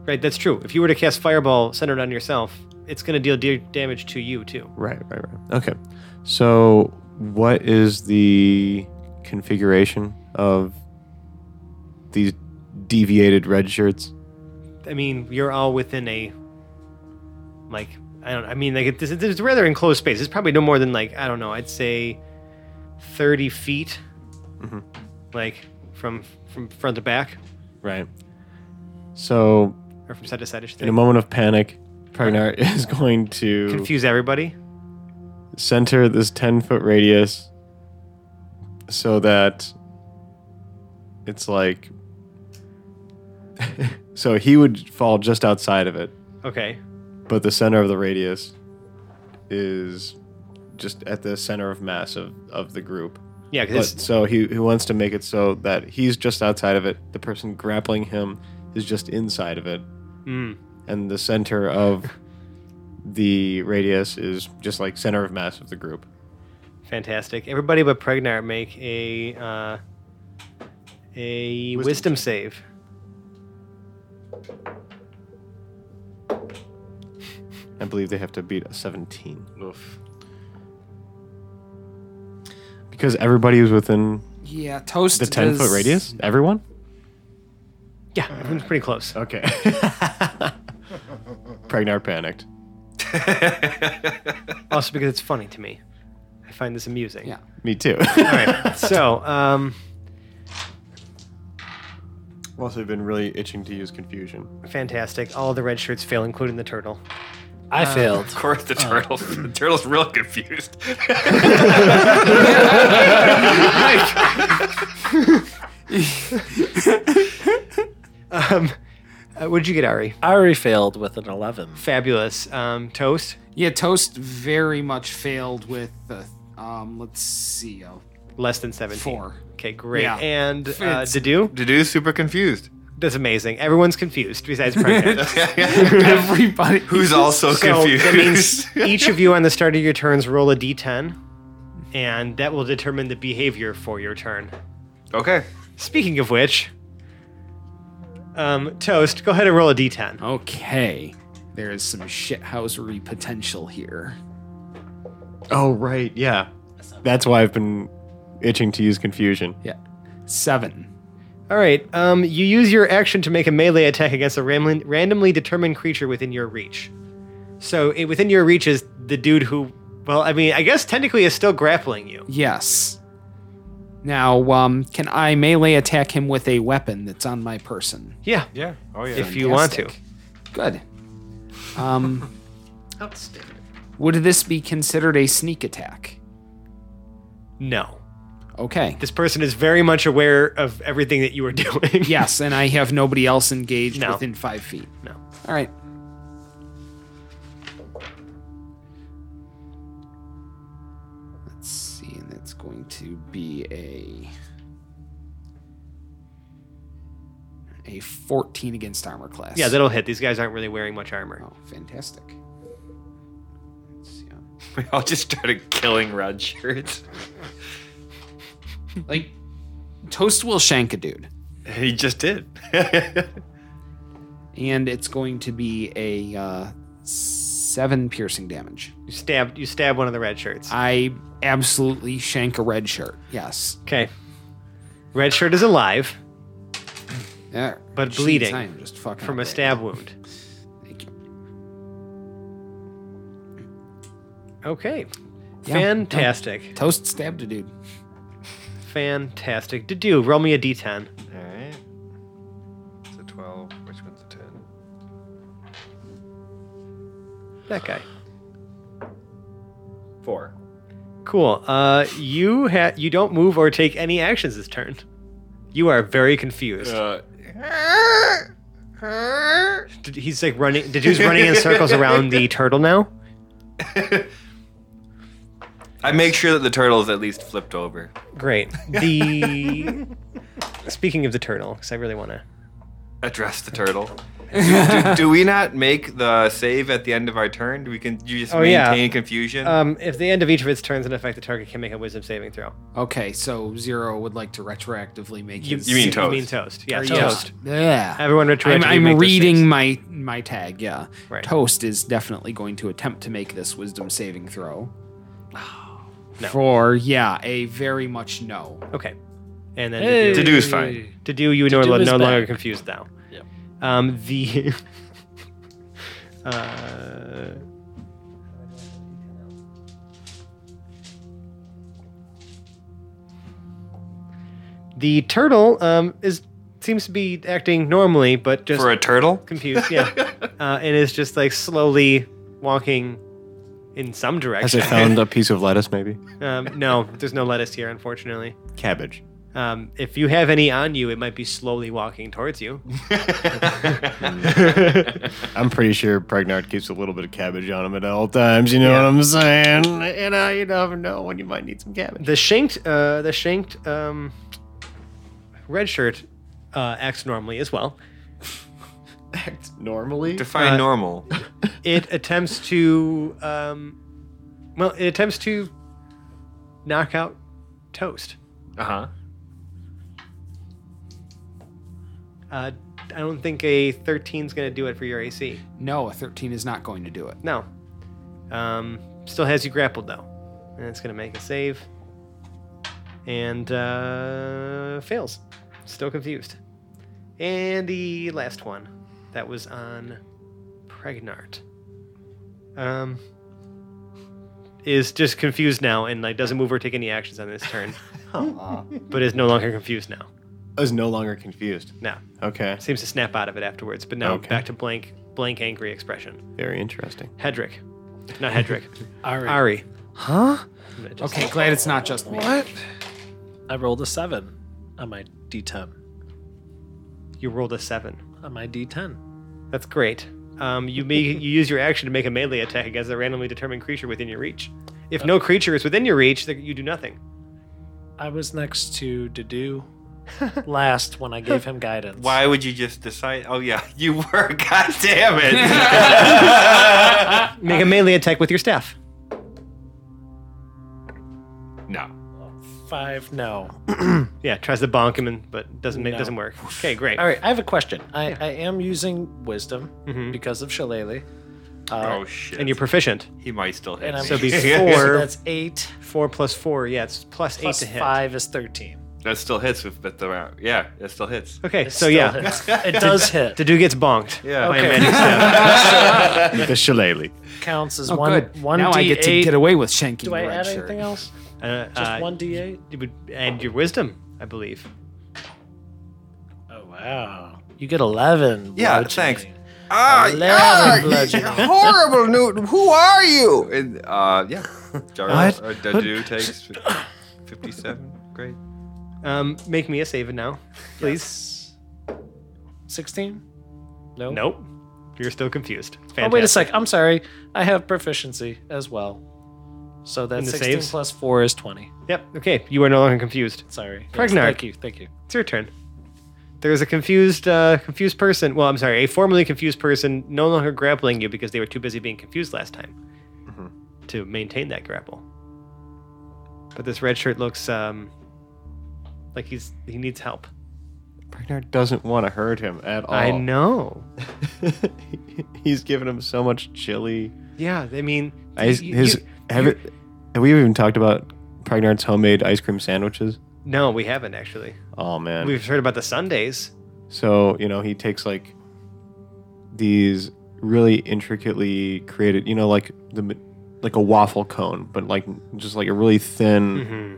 [SPEAKER 2] Right, that's true. If you were to cast Fireball centered on yourself, it's going to deal de- damage to you too.
[SPEAKER 1] Right, right, right. Okay. So, what is the configuration of these deviated red shirts?
[SPEAKER 2] I mean, you're all within a like I don't. I mean, like it, this, this is a rather enclosed space. It's probably no more than like I don't know. I'd say thirty feet, Mm-hmm.
[SPEAKER 1] Mhm.
[SPEAKER 2] like from from front to back
[SPEAKER 1] Right. So,
[SPEAKER 2] or from side to side. I should
[SPEAKER 1] in a
[SPEAKER 2] say.
[SPEAKER 1] moment of panic, Pragnar is going to
[SPEAKER 2] Confuse everybody.
[SPEAKER 1] center this 10 foot radius so that it's like. so, he would fall just outside of it.
[SPEAKER 2] Okay.
[SPEAKER 1] but the center of the radius is just at the center of mass of, of the group.
[SPEAKER 2] Yeah,
[SPEAKER 1] But,
[SPEAKER 2] because
[SPEAKER 1] so he, he wants to make it so that he's just outside of it. The person grappling him is just inside of it.
[SPEAKER 2] mm,
[SPEAKER 1] And the center of the radius is just like center of mass of the group.
[SPEAKER 2] fantastic. Everybody but Pregnar make a uh, a wisdom, save.
[SPEAKER 1] I believe they have to beat a 17.
[SPEAKER 3] Oof.
[SPEAKER 1] Because everybody is within
[SPEAKER 5] Yeah, toast.
[SPEAKER 1] the 10
[SPEAKER 5] does-
[SPEAKER 1] foot radius? Everyone?
[SPEAKER 2] Yeah, everyone's pretty close.
[SPEAKER 1] Okay. Pragnar panicked.
[SPEAKER 2] also because it's funny to me. I find this amusing.
[SPEAKER 5] Yeah.
[SPEAKER 1] Me too.
[SPEAKER 2] All right. So, um,
[SPEAKER 1] I've also been really itching to use confusion.
[SPEAKER 2] fantastic. All the red shirts fail, including the turtle.
[SPEAKER 6] I failed.
[SPEAKER 3] Of course, the turtles. the turtle's real confused.
[SPEAKER 2] Um, uh, what'd you get, Ari?
[SPEAKER 6] I already failed with an 11.
[SPEAKER 2] Fabulous. Um, toast.
[SPEAKER 5] Yeah, toast very much failed with the. Um, let's see. Oh,
[SPEAKER 2] Less than 17.
[SPEAKER 5] Four.
[SPEAKER 2] Okay, great.
[SPEAKER 5] Yeah.
[SPEAKER 2] And uh,
[SPEAKER 5] It's-
[SPEAKER 2] Dadu?
[SPEAKER 3] Dedu's super confused.
[SPEAKER 2] That's amazing. Everyone's confused besides Pregnant.
[SPEAKER 5] Everybody.
[SPEAKER 3] Who's also
[SPEAKER 2] so
[SPEAKER 3] confused?
[SPEAKER 2] that means each of you on the start of your turns roll a d10, and that will determine the behavior for your turn.
[SPEAKER 3] okay.
[SPEAKER 2] Speaking of which, um, Toast, go ahead and roll a d10.
[SPEAKER 5] Okay. There is some shithousery potential here.
[SPEAKER 1] Oh right, yeah. That's why I've been itching to use confusion.
[SPEAKER 5] Yeah. Seven.
[SPEAKER 2] All right. Um, you use your action to make a melee attack against a ramblin- randomly determined creature within your reach. So it, within your reach is the dude who, well, I mean, I guess technically is still grappling you.
[SPEAKER 5] Yes. Now, um, can I melee attack him with a weapon that's on my person?
[SPEAKER 2] Yeah,
[SPEAKER 3] Yeah. Oh yeah.
[SPEAKER 2] if you want to.
[SPEAKER 5] Good. Um, Outstanding. Would this be considered a sneak attack?
[SPEAKER 2] No.
[SPEAKER 5] Okay.
[SPEAKER 2] This person is very much aware of everything that you are doing.
[SPEAKER 5] Yes, and I have nobody else engaged
[SPEAKER 2] No.
[SPEAKER 5] within five feet.
[SPEAKER 2] No.
[SPEAKER 5] All right. Let's see, and that's going to be a a 14 against armor class.
[SPEAKER 2] Yeah, that'll hit. These guys aren't really wearing much armor.
[SPEAKER 5] Oh, fantastic. Let's see. um,
[SPEAKER 3] We all just started killing red shirts.
[SPEAKER 5] Like, Toast will shank a dude,
[SPEAKER 3] he just did.
[SPEAKER 5] and it's going to be a uh, seven piercing damage.
[SPEAKER 2] You stab you stab one of the red shirts.
[SPEAKER 5] I absolutely shank a red shirt. Yes.
[SPEAKER 2] Okay. Red shirt is alive
[SPEAKER 5] Yeah.
[SPEAKER 2] But
[SPEAKER 5] Jeez,
[SPEAKER 2] bleeding
[SPEAKER 5] I am just fucking
[SPEAKER 2] from a
[SPEAKER 5] up right
[SPEAKER 2] stab wound.
[SPEAKER 5] now. Thank you.
[SPEAKER 2] Okay.
[SPEAKER 5] Yeah.
[SPEAKER 2] Fantastic.
[SPEAKER 5] Toast stabbed a dude.
[SPEAKER 2] Fantastic. Did you roll me a
[SPEAKER 3] all
[SPEAKER 2] d10?
[SPEAKER 3] right. It's a 12. Which one's a 10?
[SPEAKER 2] That guy.
[SPEAKER 3] Four.
[SPEAKER 2] Cool. Uh, you ha- you don't move or take any actions this turn. You are very confused.
[SPEAKER 3] Uh,
[SPEAKER 2] Did- He's like running. Dedu's running in circles around the turtle now.
[SPEAKER 3] I make sure that the turtle is at least flipped over.
[SPEAKER 2] Great. The speaking of the turtle, because I really want to.
[SPEAKER 3] Address the turtle. do, do- do we not make the save at the end of our turn? Do we can you just
[SPEAKER 2] Oh, yeah.
[SPEAKER 3] maintain confusion?
[SPEAKER 2] Um, if the end of each of its turns in effect, the target can make a Wisdom saving throw.
[SPEAKER 5] Okay, so Zero would like to retroactively make his.
[SPEAKER 3] you mean
[SPEAKER 2] You
[SPEAKER 3] toast.
[SPEAKER 2] mean toast? Yeah,
[SPEAKER 5] or
[SPEAKER 2] toast.
[SPEAKER 5] Yeah.
[SPEAKER 2] Everyone retroactively.
[SPEAKER 5] I'm, I'm
[SPEAKER 2] make their
[SPEAKER 5] reading
[SPEAKER 2] saves.
[SPEAKER 5] my my tag. Yeah.
[SPEAKER 2] Right.
[SPEAKER 5] Toast is definitely going to attempt to make this Wisdom saving throw.
[SPEAKER 2] Oh, No.
[SPEAKER 5] For yeah, a very much no.
[SPEAKER 2] Okay. And then
[SPEAKER 6] Hey.
[SPEAKER 2] Dedu.
[SPEAKER 3] do is fine.
[SPEAKER 2] Dedu, you know,
[SPEAKER 6] Dedu
[SPEAKER 2] no
[SPEAKER 6] is
[SPEAKER 2] longer
[SPEAKER 6] back.
[SPEAKER 2] confused now.
[SPEAKER 6] Yep.
[SPEAKER 2] Um, the. uh, the turtle um, is seems to be acting normally, but just
[SPEAKER 3] For a turtle?
[SPEAKER 2] confused. Yeah, uh, and is just like slowly walking in some
[SPEAKER 1] Has I
[SPEAKER 2] direction.
[SPEAKER 1] found a piece of lettuce, maybe?
[SPEAKER 2] Um, no, there's no lettuce here, unfortunately.
[SPEAKER 1] Cabbage.
[SPEAKER 2] Um, if you have any on you, it might be slowly walking towards you.
[SPEAKER 1] I'm pretty sure Pregnard keeps a little bit of cabbage on him at all times. You know what I'm saying? And I, you never know when you might need some cabbage.
[SPEAKER 2] The shanked, uh, the shanked um, red shirt uh, acts normally as well.
[SPEAKER 1] Normally,
[SPEAKER 3] Define
[SPEAKER 2] Uh,
[SPEAKER 3] normal.
[SPEAKER 2] It attempts to, um, well, it attempts to knock out toast.
[SPEAKER 3] Uh huh.
[SPEAKER 2] Uh, I don't think a 13 is going to do it for your AC.
[SPEAKER 5] No, a thirteen is not going to do it.
[SPEAKER 2] No. Um, still has you grappled though, and it's going to make a save, and uh, fails. Still confused. And the last one, that was on Pregnart, um, is just confused now and like doesn't move or take any actions on this turn, but is no longer confused now.
[SPEAKER 1] I was no longer confused.
[SPEAKER 2] Now
[SPEAKER 1] Okay,
[SPEAKER 2] seems to snap out of it afterwards, but now
[SPEAKER 1] Okay.
[SPEAKER 2] back to blank, blank angry expression.
[SPEAKER 1] very interesting.
[SPEAKER 2] Hedrick, not Hedrick.
[SPEAKER 6] All right.
[SPEAKER 2] Ari.
[SPEAKER 5] Huh?
[SPEAKER 2] I'm gonna just-
[SPEAKER 5] Okay, glad it's not just me. What?
[SPEAKER 6] I rolled a seven on my D10.
[SPEAKER 2] You rolled a seven.
[SPEAKER 6] On my D10.
[SPEAKER 2] That's great. Um, you may you use your action to make a melee attack against a randomly determined creature within your reach. If no creature is within your reach, then you do nothing.
[SPEAKER 6] I was next to Dedu last when I gave him guidance.
[SPEAKER 3] Why would you just decide? Oh yeah, you were. God damn it.
[SPEAKER 2] Make a melee attack with your staff.
[SPEAKER 3] no.
[SPEAKER 6] Five, no.
[SPEAKER 2] Yeah, tries to bonk him, and, but doesn't it
[SPEAKER 6] No.
[SPEAKER 2] doesn't work. Okay, great.
[SPEAKER 6] All right, I have a question. I, I am using wisdom
[SPEAKER 2] Mhm.
[SPEAKER 6] because of Shillelagh. Uh,
[SPEAKER 3] Oh shit.
[SPEAKER 2] And you're proficient.
[SPEAKER 3] he might still hit.
[SPEAKER 6] and I'm
[SPEAKER 3] me.
[SPEAKER 2] So it'd be
[SPEAKER 6] so
[SPEAKER 2] four,
[SPEAKER 6] that's eight.
[SPEAKER 2] four plus four. Yeah, it's plus
[SPEAKER 6] plus
[SPEAKER 2] eight to hit.
[SPEAKER 6] five is thirteen.
[SPEAKER 3] that still hits with but the round. Yeah, that still hits.
[SPEAKER 2] Okay,
[SPEAKER 6] It
[SPEAKER 2] so
[SPEAKER 6] still
[SPEAKER 2] yeah,
[SPEAKER 6] hits. it does hit.
[SPEAKER 2] the dude gets bonked.
[SPEAKER 3] Yeah.
[SPEAKER 2] By a
[SPEAKER 6] Okay.
[SPEAKER 2] magic staff.
[SPEAKER 1] the shillelagh.
[SPEAKER 6] Counts as
[SPEAKER 5] Oh,
[SPEAKER 6] one.
[SPEAKER 5] good.
[SPEAKER 6] One
[SPEAKER 5] now
[SPEAKER 6] D8.
[SPEAKER 5] I get to get away with shanking
[SPEAKER 6] Do I
[SPEAKER 5] the red
[SPEAKER 6] add
[SPEAKER 5] shirt.
[SPEAKER 6] anything else?
[SPEAKER 2] Uh,
[SPEAKER 6] Oh, Just
[SPEAKER 2] uh,
[SPEAKER 6] one D8.
[SPEAKER 2] you would add your wisdom, I believe.
[SPEAKER 6] Oh wow! You get eleven.
[SPEAKER 3] Yeah,
[SPEAKER 6] bludgeoning.
[SPEAKER 3] thanks. Ah,
[SPEAKER 6] Eleven
[SPEAKER 3] ah,
[SPEAKER 6] bludgeoning.
[SPEAKER 3] you're horrible Newton. Who are you? And uh, yeah, Jarl
[SPEAKER 1] What?
[SPEAKER 3] or Dadu takes fifty-seven.
[SPEAKER 2] great. Um, make me a save now, please.
[SPEAKER 6] Sixteen. No.
[SPEAKER 2] Nope. You're still confused. It's
[SPEAKER 6] Oh wait a
[SPEAKER 2] fantastic.
[SPEAKER 6] sec. I'm sorry. I have proficiency as well. So
[SPEAKER 2] In
[SPEAKER 6] that's
[SPEAKER 2] the
[SPEAKER 6] sixteen
[SPEAKER 2] saves?
[SPEAKER 6] plus four is twenty.
[SPEAKER 2] Yep. Okay. You are no longer confused.
[SPEAKER 6] Sorry. Yes,
[SPEAKER 2] Pragnar.
[SPEAKER 6] thank you. Thank you.
[SPEAKER 2] It's your turn. There is a confused, uh, confused person. Well, I'm sorry, a formerly confused person no longer grappling you because they were too busy being confused last time
[SPEAKER 1] Mhm.
[SPEAKER 2] to maintain that grapple. But this red shirt looks um, like he's he needs help.
[SPEAKER 1] Pregnard doesn't want to hurt him at all.
[SPEAKER 2] I know.
[SPEAKER 1] He's given him so much chili.
[SPEAKER 2] Yeah, I mean,
[SPEAKER 1] I, his
[SPEAKER 2] you- you-
[SPEAKER 1] have,
[SPEAKER 2] you-
[SPEAKER 1] it- have we even talked about Pregnard's homemade ice cream sandwiches?
[SPEAKER 2] no, we haven't actually.
[SPEAKER 1] Oh man.
[SPEAKER 2] We've heard about the Sundays.
[SPEAKER 1] So, you know, he takes like these really intricately created, you know, like the like a waffle cone, but like just like a really thin
[SPEAKER 2] Mm-hmm.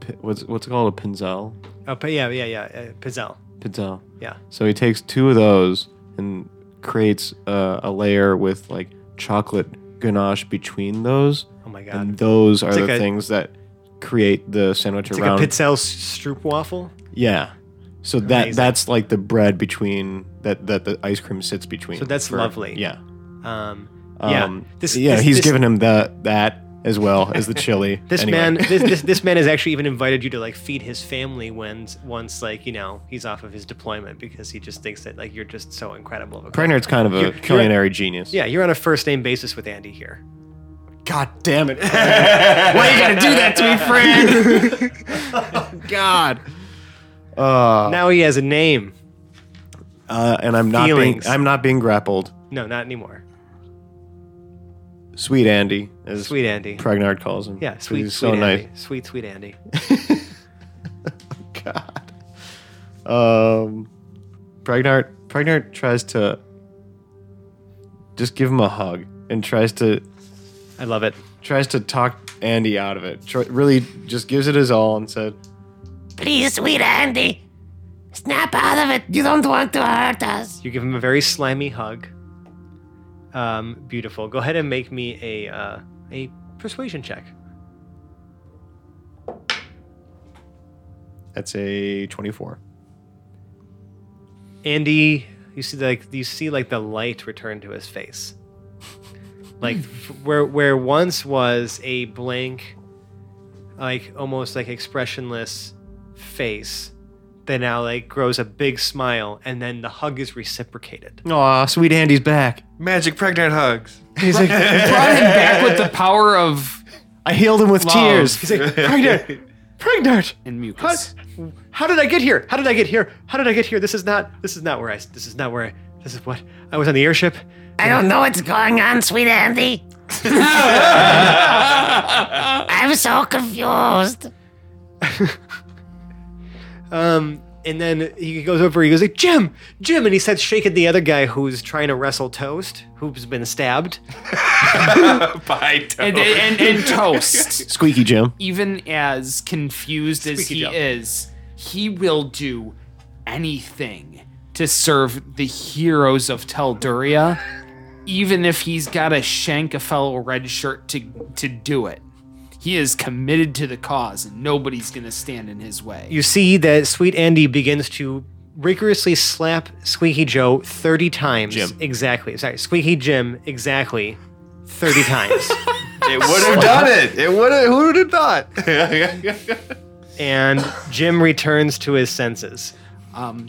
[SPEAKER 1] pi what's what's it called a pinzel?
[SPEAKER 2] Oh, but yeah, yeah, yeah. Uh, Pizzelle.
[SPEAKER 1] Pinzel.
[SPEAKER 2] Yeah.
[SPEAKER 1] So he takes two of those and creates uh, a layer with like chocolate ganache between those,
[SPEAKER 2] Oh my god.
[SPEAKER 1] and those are
[SPEAKER 2] It's
[SPEAKER 1] the
[SPEAKER 2] like a-
[SPEAKER 1] things that create the sandwich
[SPEAKER 2] it's
[SPEAKER 1] around.
[SPEAKER 2] like a Pizzelle stroop waffle.
[SPEAKER 1] yeah. So that
[SPEAKER 2] Amazing.
[SPEAKER 1] that's like the bread between that that the ice cream sits between.
[SPEAKER 2] So that's lovely.
[SPEAKER 1] Yeah.
[SPEAKER 2] Um, Yeah,
[SPEAKER 1] Um, yeah,
[SPEAKER 2] this-
[SPEAKER 1] yeah
[SPEAKER 2] this-
[SPEAKER 1] he's
[SPEAKER 2] this-
[SPEAKER 1] given him the that as well as the chili.
[SPEAKER 2] This
[SPEAKER 1] Anyway.
[SPEAKER 2] man, this, this this man has actually even invited you to like feed his family when once like you know he's off of his deployment because he just thinks that like you're just so incredible. Of a cook.
[SPEAKER 1] Pregnard's kind of a
[SPEAKER 2] You're- you're-
[SPEAKER 1] culinary genius.
[SPEAKER 2] Yeah, you're on a first name basis with Andy here.
[SPEAKER 1] God damn it! Pregnard. Why you gotta do that to me, friend? God. Uh,
[SPEAKER 2] now he has a name.
[SPEAKER 1] uh, and I'm not
[SPEAKER 2] Feelings.
[SPEAKER 1] being I'm not being grappled.
[SPEAKER 2] No, not anymore.
[SPEAKER 1] Sweet Andy, as
[SPEAKER 2] Sweet Andy.
[SPEAKER 1] Pregnard calls him.
[SPEAKER 2] Yeah,
[SPEAKER 1] 'cause
[SPEAKER 2] sweet,
[SPEAKER 1] He's
[SPEAKER 2] sweet
[SPEAKER 1] so
[SPEAKER 2] Andy.
[SPEAKER 1] nice.
[SPEAKER 2] Sweet, sweet Andy.
[SPEAKER 1] God. Um, Pregnart Pregnart tries to just give him a hug and tries to
[SPEAKER 2] I love it.
[SPEAKER 1] tries to talk Andy out of it. Tr- really just gives it his all and said,
[SPEAKER 4] Please, sweet Andy. Snap out of it. You don't want to hurt us.
[SPEAKER 2] You give him a very slimy hug. Um, beautiful. Go ahead and make me a uh, a persuasion check.
[SPEAKER 1] "That's a 24."
[SPEAKER 2] Andy, you see like you see like the light return to his face, like f- where where once was a blank, like almost like expressionless face, that now like grows a big smile, and then the hug is reciprocated.
[SPEAKER 1] Aw, sweet Andy's back.
[SPEAKER 3] Magic pregnant hugs.
[SPEAKER 1] He's like,
[SPEAKER 5] Brought him back with the power of
[SPEAKER 1] I healed him with
[SPEAKER 5] Love.
[SPEAKER 1] tears. He's like, Pregnant, Pregnant.
[SPEAKER 5] and
[SPEAKER 2] How,
[SPEAKER 5] mucus.
[SPEAKER 2] how did I get here? How did I get here? How did I get here? This is not this is not where I s- this is not where I this is what I was on the airship.
[SPEAKER 4] I don't know what's going on, sweet Andy. I'm so confused.
[SPEAKER 2] Um, and then he goes over. He goes like, "Jim, Jim," and he starts shaking the other guy who's trying to wrestle Toast, who's been stabbed.
[SPEAKER 3] Bye.
[SPEAKER 5] And, and, and toast.
[SPEAKER 1] Squeaky Jim.
[SPEAKER 5] Even as confused as
[SPEAKER 2] Squeaky
[SPEAKER 5] he
[SPEAKER 2] jump.
[SPEAKER 5] is, he will do anything to serve the heroes of Telduria, even if he's got to shank a fellow red shirt to to do it. He is committed to the cause, and nobody's gonna stand in his way.
[SPEAKER 2] You see that Sweet Andy begins to rigorously slap Squeaky Joe thirty times.
[SPEAKER 1] Jim.
[SPEAKER 2] exactly. Sorry, Squeaky Jim, exactly, thirty times.
[SPEAKER 3] It would have done it. It would have. Who would have thought?
[SPEAKER 2] And Jim returns to his senses.
[SPEAKER 5] Um,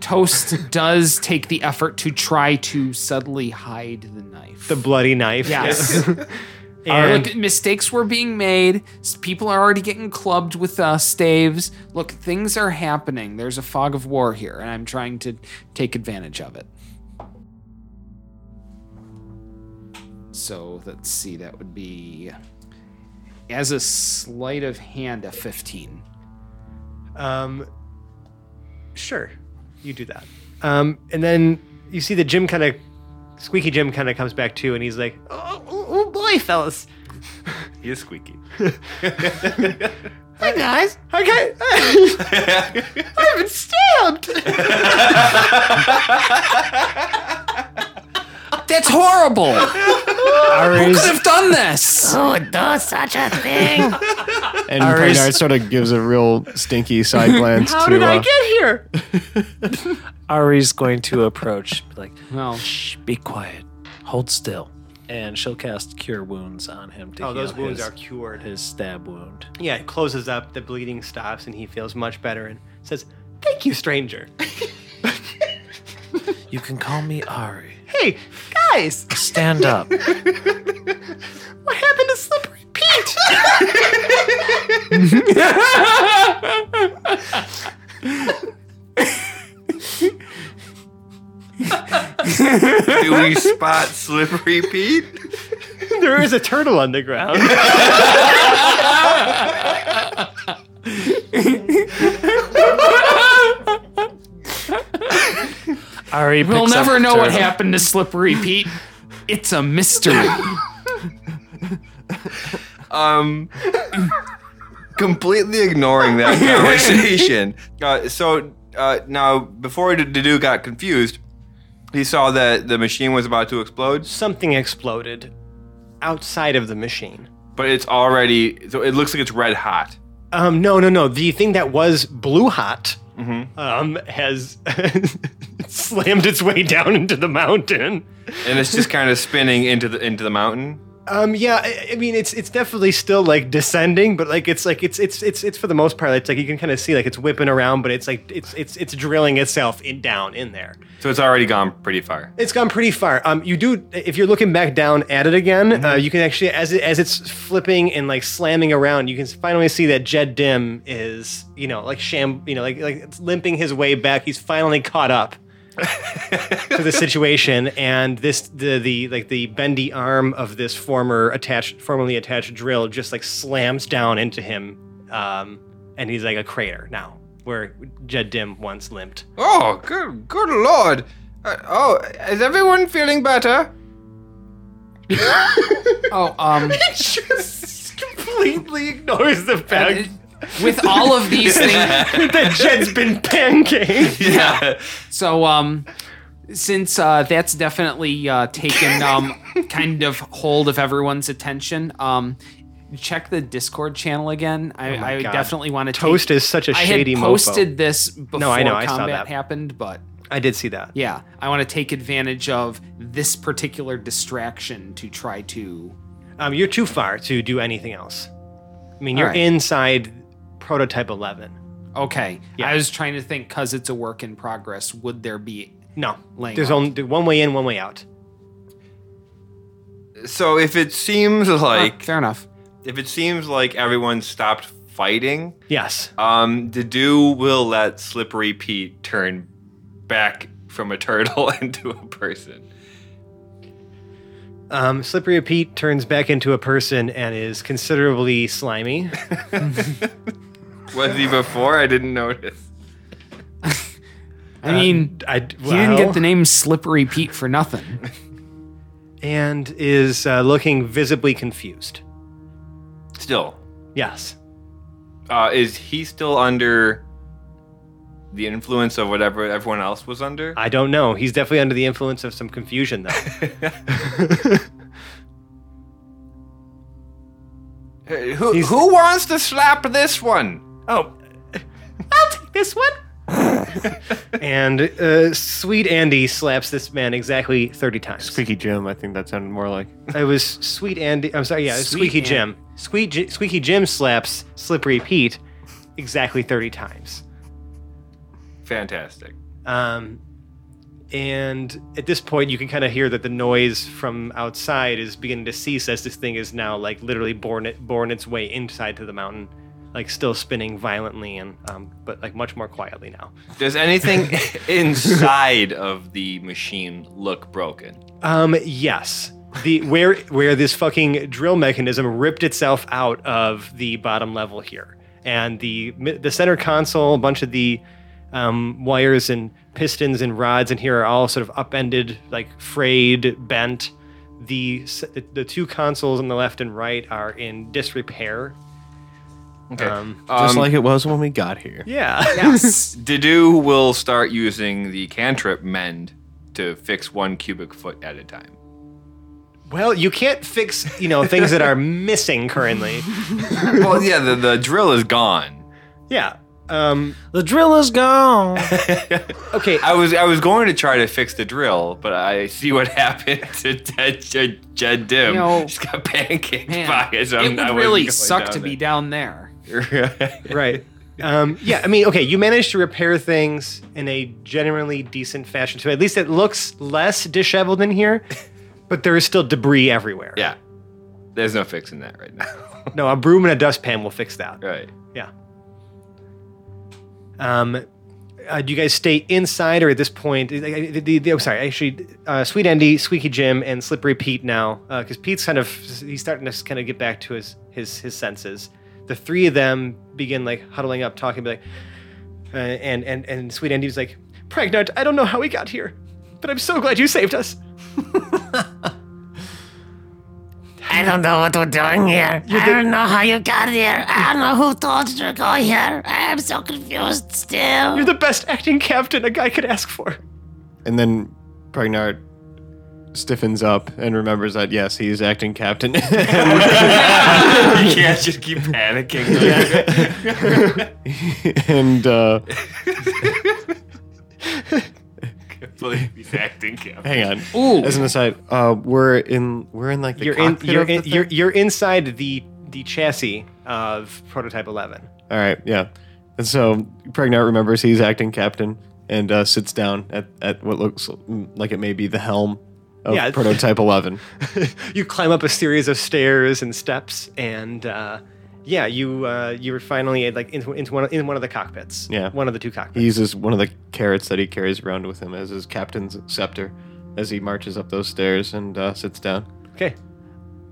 [SPEAKER 5] Toast does take the effort to try to subtly hide the knife.
[SPEAKER 2] The bloody knife.
[SPEAKER 5] Yes.
[SPEAKER 2] And
[SPEAKER 5] Look, mistakes were being made. S- People are already getting clubbed with uh, staves. Look, things are happening. There's a fog of war here, and I'm trying to take advantage of it. So let's see. That would be as a sleight of hand, a 15.
[SPEAKER 2] Um, sure, you do that. Um, and then you see that Jim kind of, Squeaky Jim kind of comes back too, and he's like, "Oh, oh, oh boy, fellas,
[SPEAKER 3] he is squeaky.
[SPEAKER 4] Hi, guys.
[SPEAKER 2] I got, I've been stabbed."
[SPEAKER 5] That's horrible! Who
[SPEAKER 2] Ari's
[SPEAKER 5] could have done this?
[SPEAKER 4] Who would do such a thing?
[SPEAKER 1] And
[SPEAKER 2] Iris-
[SPEAKER 1] Pregnard sort of gives a real stinky side glance
[SPEAKER 6] How
[SPEAKER 1] to
[SPEAKER 6] did I
[SPEAKER 1] uh,
[SPEAKER 6] get here? Ari's going to approach, be like,
[SPEAKER 5] Well,
[SPEAKER 6] shh, be quiet, hold still, and she'll cast Cure Wounds on him to
[SPEAKER 2] Oh, those
[SPEAKER 6] heal
[SPEAKER 2] wounds
[SPEAKER 6] his,
[SPEAKER 2] are cured.
[SPEAKER 6] his stab wound.
[SPEAKER 2] Yeah, it closes up, the bleeding stops, and he feels much better and says, Thank you, stranger.
[SPEAKER 6] You can call me Ari.
[SPEAKER 2] Hey, guys,
[SPEAKER 6] Stand up.
[SPEAKER 2] what happened to Slippery Pete?
[SPEAKER 3] Do we spot Slippery Pete?
[SPEAKER 2] there is a turtle on the ground.
[SPEAKER 6] Ari
[SPEAKER 5] we'll
[SPEAKER 6] picks up
[SPEAKER 5] never know what
[SPEAKER 6] Turtle.
[SPEAKER 5] happened to Slippery Pete. It's a mystery.
[SPEAKER 3] Um, completely ignoring that conversation. Uh, so uh, now, before the dude got confused, he saw that the machine was about to explode,
[SPEAKER 2] Something exploded outside of the machine.
[SPEAKER 3] but it's already. So it looks like it's red hot.
[SPEAKER 2] Um, no, no, no. The thing that was blue hot um, has slammed its way down into the mountain.
[SPEAKER 3] and it's just kind of spinning into the into the mountain.
[SPEAKER 2] Um, yeah, I, I mean, it's it's definitely still like descending, but like it's like it's it's it's it's for the most part, it's like you can kind of see like it's whipping around, but it's like it's it's it's drilling itself in down in there.
[SPEAKER 3] So it's already gone pretty far.
[SPEAKER 2] It's gone pretty far. Um, you do if you're looking back down at it again, uh, you can actually as it as it's flipping and like slamming around, you can finally see that Jed Dim is you know like sham you know like like it's limping his way back. He's finally caught up to the situation, and this the the like the bendy arm of this former attached formerly attached drill just like slams down into him, um, and he's like a crater now where Jed Dim once limped.
[SPEAKER 3] Oh, good, good lord! Uh, oh, is everyone feeling better?
[SPEAKER 5] oh, um,
[SPEAKER 2] just completely ignores the fact
[SPEAKER 5] with all of these things.
[SPEAKER 2] that Jed's been pancaked.
[SPEAKER 3] Yeah.
[SPEAKER 5] So, um, since uh, that's definitely uh, taken um, kind of hold of everyone's attention, um, check the Discord channel again. I, I
[SPEAKER 2] Oh God.
[SPEAKER 5] definitely want to
[SPEAKER 2] Toast is such a
[SPEAKER 5] I
[SPEAKER 2] shady
[SPEAKER 5] had
[SPEAKER 2] posted.
[SPEAKER 5] posted this before
[SPEAKER 2] No, I know, I saw
[SPEAKER 5] combat
[SPEAKER 2] that.
[SPEAKER 5] happened, but
[SPEAKER 2] I did see that.
[SPEAKER 5] yeah, I want to take advantage of this particular distraction to try to.
[SPEAKER 2] Um, you're too far to do anything else. I mean, you're
[SPEAKER 5] All right.
[SPEAKER 2] inside prototype 11.
[SPEAKER 5] Okay,
[SPEAKER 2] Yeah.
[SPEAKER 5] I was trying to think because it's a work in progress. Would there be?
[SPEAKER 2] No,
[SPEAKER 5] Laying
[SPEAKER 2] there's
[SPEAKER 5] out.
[SPEAKER 2] only one way in, one way out.
[SPEAKER 3] So if it seems
[SPEAKER 5] Huh,
[SPEAKER 3] like
[SPEAKER 5] fair enough.
[SPEAKER 3] if it seems like everyone stopped fighting,
[SPEAKER 2] Yes.
[SPEAKER 3] um, Dadu will let Slippery Pete turn back from a turtle into a person.
[SPEAKER 2] Um, Slippery Pete turns back into a person and is considerably slimy.
[SPEAKER 3] Was he before? I didn't notice.
[SPEAKER 2] uh,
[SPEAKER 5] I mean,
[SPEAKER 2] I
[SPEAKER 5] he didn't get the name Slippery Pete for nothing.
[SPEAKER 2] and is uh, looking visibly confused.
[SPEAKER 3] Still,
[SPEAKER 2] Yes.
[SPEAKER 3] uh, is he still under the influence of whatever everyone else was under?
[SPEAKER 2] I don't know. He's definitely under the influence of some confusion, though.
[SPEAKER 3] Hey, Uh, who,
[SPEAKER 2] He's-
[SPEAKER 3] who wants to slap this one?
[SPEAKER 2] Oh, I'll take this one. and uh, sweet Andy slaps this man exactly 30 times.
[SPEAKER 1] Squeaky Jim. I think that sounded more like.
[SPEAKER 2] It was sweet Andy. I'm sorry, yeah, it was
[SPEAKER 5] Sweet
[SPEAKER 2] Squeaky
[SPEAKER 5] An-
[SPEAKER 2] Jim. Squeak, J- Squeaky Jim slaps Slippery Pete exactly 30 times.
[SPEAKER 3] Fantastic.
[SPEAKER 2] Um, and at this point, you can kind of hear that the noise from outside is beginning to cease as this thing is now like literally born it born its way inside to the mountain, like still spinning violently and um, but like much more quietly now.
[SPEAKER 3] Does anything inside of the machine look broken?
[SPEAKER 2] Um, yes. The where where this fucking drill mechanism ripped itself out of the bottom level here, and the mi- the center console, a bunch of the um, wires and pistons and rods in here are all sort of upended, like frayed, bent. The s- the, the two consoles on the left and right are in disrepair.
[SPEAKER 3] Okay.
[SPEAKER 2] Um,
[SPEAKER 1] Just like it was when we got here.
[SPEAKER 2] Yeah.
[SPEAKER 5] Yes.
[SPEAKER 3] Didoo will start using the cantrip mend to fix one cubic foot at a time.
[SPEAKER 2] Well, you can't fix you know things that are missing currently.
[SPEAKER 3] well, yeah, the, the drill is gone.
[SPEAKER 2] Yeah. Um,
[SPEAKER 6] The drill is gone.
[SPEAKER 2] okay.
[SPEAKER 3] I was I was going to try to fix the drill, but I see what happened to Jed, Jed, Jed Dim.
[SPEAKER 5] You know,
[SPEAKER 3] Just got pancaked
[SPEAKER 5] Man,
[SPEAKER 3] by it. So
[SPEAKER 5] it
[SPEAKER 3] I'm-
[SPEAKER 5] would
[SPEAKER 3] I wasn't
[SPEAKER 5] really
[SPEAKER 3] going
[SPEAKER 5] suck
[SPEAKER 3] down
[SPEAKER 5] to be down there.
[SPEAKER 3] there.
[SPEAKER 2] right. Um, yeah, I mean, okay, you managed to repair things in a generally decent fashion. So at least it looks less disheveled in here, but there is still debris everywhere.
[SPEAKER 3] yeah. There's no fixing that right now.
[SPEAKER 2] No, a broom and a dustpan will fix that.
[SPEAKER 3] right.
[SPEAKER 2] Yeah. Um, uh, do you guys stay inside or at this point? I- I- The, the, the, oh, sorry. Actually, uh, Sweet Andy, Squeaky Jim, and Slippery Pete now, because Pete's kind of he's starting to kind of get back to his his his senses. The three of them begin like huddling up, talking, be like, uh, and and and Sweet Andy's like, "Pregnant, I don't know how we got here, but I'm so glad you saved us."
[SPEAKER 4] I don't know what we're doing here. I don't know how you got here. I don't know who told you to go here. I am so confused still.
[SPEAKER 2] You're the best acting captain a guy could ask for.
[SPEAKER 1] And then Pregnard stiffens up and remembers that yes, he's acting captain.
[SPEAKER 3] you can't just keep panicking.
[SPEAKER 1] and uh,
[SPEAKER 3] Believe he's acting captain.
[SPEAKER 1] hang on. As an aside, uh, we're in we're in like the
[SPEAKER 2] you're in,
[SPEAKER 1] cockpit
[SPEAKER 2] you're,
[SPEAKER 1] of the
[SPEAKER 2] in,
[SPEAKER 1] thing?
[SPEAKER 2] you're, you're inside the the chassis of prototype 11
[SPEAKER 1] All right, yeah. And so Pregnant remembers he's acting captain and uh, sits down at, at what looks like it may be the helm of
[SPEAKER 2] Yeah.
[SPEAKER 1] prototype 11.
[SPEAKER 2] you climb up a series of stairs and steps and uh, yeah you uh, you're finally like into, into one of, in one of the cockpits
[SPEAKER 1] Yeah.
[SPEAKER 2] one of the two
[SPEAKER 1] He
[SPEAKER 2] cockpits
[SPEAKER 1] uses one of the carrots that he carries around with him as his captain's scepter as he marches up those stairs and uh, sits down.
[SPEAKER 2] okay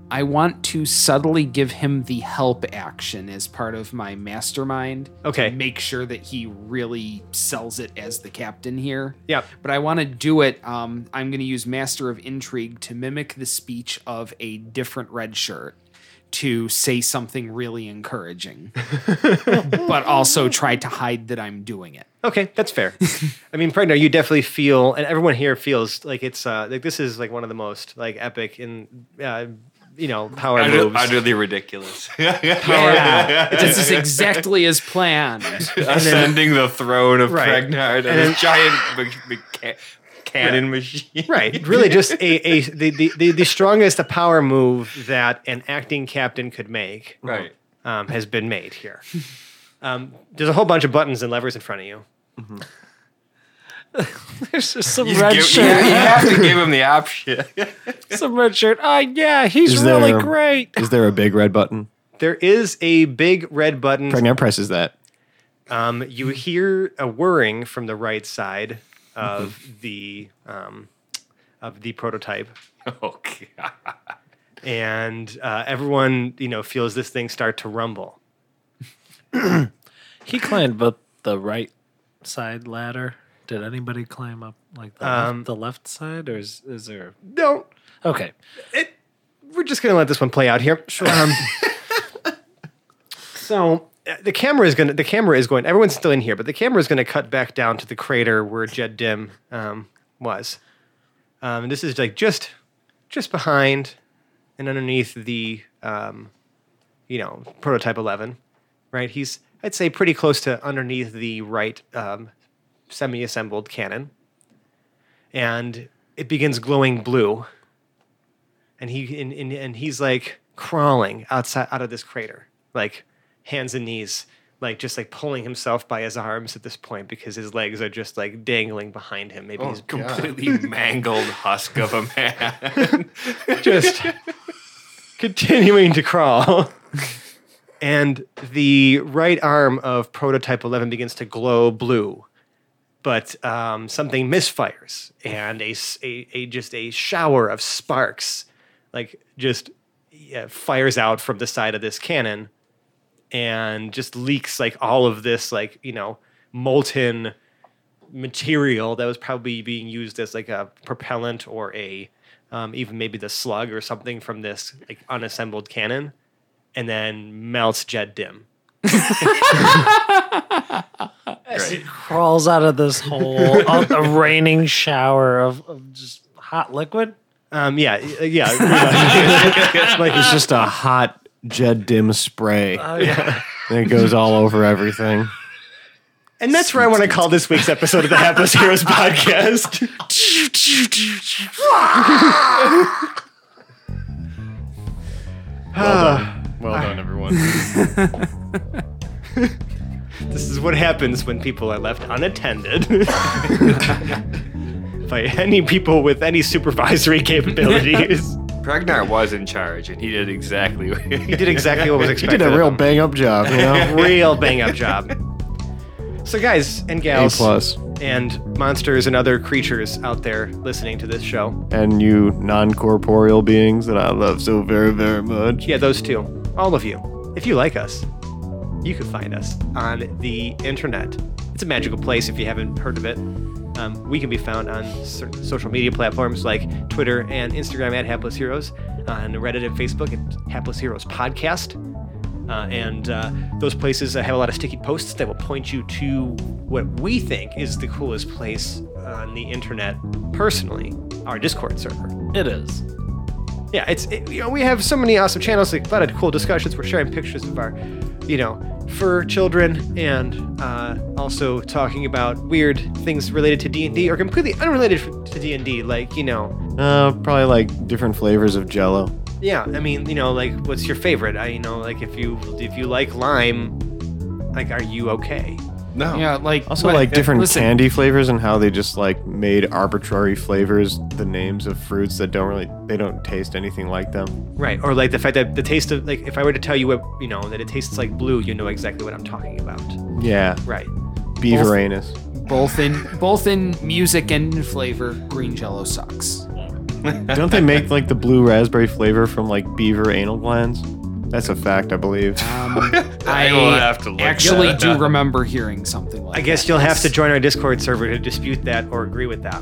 [SPEAKER 5] I want to subtly give him the help action as part of my mastermind.
[SPEAKER 2] Okay.
[SPEAKER 5] To make sure that he really sells it as the captain here.
[SPEAKER 2] Yep.
[SPEAKER 5] But I want to do it. Um, I'm going to use Master of Intrigue to mimic the speech of a different red shirt to say something really encouraging, but also try to hide that I'm doing it.
[SPEAKER 2] okay that's fair i mean Pregno, you definitely feel and everyone here feels like it's uh, like this is like one of the most like epic in uh, you know power moves
[SPEAKER 3] Utterly ridiculous.
[SPEAKER 5] Yeah. this is exactly as planned.
[SPEAKER 3] Ascending the throne of
[SPEAKER 2] Right.
[SPEAKER 3] Pregnard and a giant me- mecha- cannon machine.
[SPEAKER 2] Right. Really, just a, a the, the, the, the strongest power move that an acting captain could make
[SPEAKER 3] Right.
[SPEAKER 2] um, has been made here. Um, there's a whole bunch of buttons and levers in front of you.
[SPEAKER 6] There's just some
[SPEAKER 3] You,
[SPEAKER 6] red
[SPEAKER 3] give- you-
[SPEAKER 6] shirt.
[SPEAKER 3] you have to give him the option.
[SPEAKER 6] Some red shirt. Oh yeah, he's
[SPEAKER 1] Is
[SPEAKER 6] really
[SPEAKER 1] there-
[SPEAKER 6] great.
[SPEAKER 1] Is there a big red button?
[SPEAKER 2] There is a big red button.
[SPEAKER 1] Pregnant presses that.
[SPEAKER 2] Um, you hear a whirring from the right side of the um, of the prototype,
[SPEAKER 3] Oh, God.
[SPEAKER 2] and uh, everyone you know feels this thing start to rumble.
[SPEAKER 6] He climbed up the right side ladder. Did anybody climb up like the,
[SPEAKER 2] Um,
[SPEAKER 6] left, the left side, or is, is there?
[SPEAKER 2] Don't
[SPEAKER 6] Okay,
[SPEAKER 2] we're just gonna let this one play out here. Sure. Um, so uh, the camera is gonna the camera is going. Everyone's still in here, but the camera is gonna cut back down to the crater where Jed Dim um, was. Um, and this is like just just behind and underneath the um, you know prototype eleven, right? He's I'd say pretty close to underneath the right um, semi-assembled cannon, and it begins glowing blue and he and, and, and he's like crawling outside out of this crater like hands and knees like just like pulling himself by his arms at this point because his legs are just like dangling behind him maybe he's
[SPEAKER 3] Completely mangled husk of a man.
[SPEAKER 2] just continuing to crawl and the right arm of prototype 11 begins to glow blue but um, something misfires and a, s- a- a- just a shower of sparks like just yeah, fires out from the side of this cannon and just leaks like all of this like you know molten material that was probably being used as like a propellant or a um, even maybe the slug or something from this like unassembled cannon and then melts Jed Dim.
[SPEAKER 3] Right.
[SPEAKER 6] crawls out of this hole, out the raining shower of, of just hot liquid.
[SPEAKER 2] Um, yeah, uh, yeah. pretty much. like,
[SPEAKER 1] It's just a hot Jed Dim spray.
[SPEAKER 6] yeah.
[SPEAKER 1] and it goes all over everything.
[SPEAKER 2] and that's where I want to call this week's episode of the Hapless Heroes podcast.
[SPEAKER 1] Well done, everyone.
[SPEAKER 2] This is what happens when people are left unattended. By any people with any supervisory capabilities.
[SPEAKER 3] Pragnar was in charge, and he did exactly what
[SPEAKER 2] He did exactly what was
[SPEAKER 1] You
[SPEAKER 2] expected.
[SPEAKER 1] did a
[SPEAKER 2] of
[SPEAKER 1] real
[SPEAKER 2] him.
[SPEAKER 1] bang up job, you know?
[SPEAKER 2] real bang up job. So, guys and
[SPEAKER 1] A
[SPEAKER 2] gals,
[SPEAKER 1] plus.
[SPEAKER 2] and monsters and other creatures out there listening to this show.
[SPEAKER 1] And you non corporeal beings that I love so very, very much.
[SPEAKER 2] Yeah, those two. All of you. If you like us, you can find us on the internet. It's a magical place if you haven't heard of it. Um, we can be found on certain social media platforms like Twitter and Instagram at Hapless Heroes, on Reddit and Facebook at Hapless Heroes Podcast. Uh, and uh, those places uh, have a lot of sticky posts that will point you to what we think is the coolest place on the internet, personally, our Discord server.
[SPEAKER 6] It is.
[SPEAKER 2] yeah, it's it, you know we have so many awesome channels, like a lot of cool discussions. We're sharing pictures of our, you know, fur children, and uh, also talking about weird things related to D and D or completely unrelated f- to D and D, like you know,
[SPEAKER 1] Uh, probably like different flavors of jello.
[SPEAKER 2] yeah, I mean, you know, like what's your favorite? I you know, like if you if you like lime, like are you okay?
[SPEAKER 3] No.
[SPEAKER 5] Yeah, like
[SPEAKER 1] Also,
[SPEAKER 5] what-
[SPEAKER 1] like different
[SPEAKER 5] listen,
[SPEAKER 1] candy flavors and how they just like made arbitrary flavors the names of fruits that don't really, they don't taste anything like them.
[SPEAKER 2] Right, or like the fact that the taste of like if I were to tell you what you know that it tastes like blue, you know exactly what I'm talking about.
[SPEAKER 1] Yeah.
[SPEAKER 2] Right.
[SPEAKER 1] Beaver anus.
[SPEAKER 5] Both in both in music and in flavor, green jello sucks.
[SPEAKER 1] Don't they make like the blue raspberry flavor from like beaver anal glands? That's a fact, I believe.
[SPEAKER 5] Um, I
[SPEAKER 3] will have to look
[SPEAKER 5] actually
[SPEAKER 3] that
[SPEAKER 5] do
[SPEAKER 3] up.
[SPEAKER 5] remember hearing something like
[SPEAKER 2] I guess
[SPEAKER 5] that.
[SPEAKER 2] you'll have to join our Discord server to dispute that or agree with that.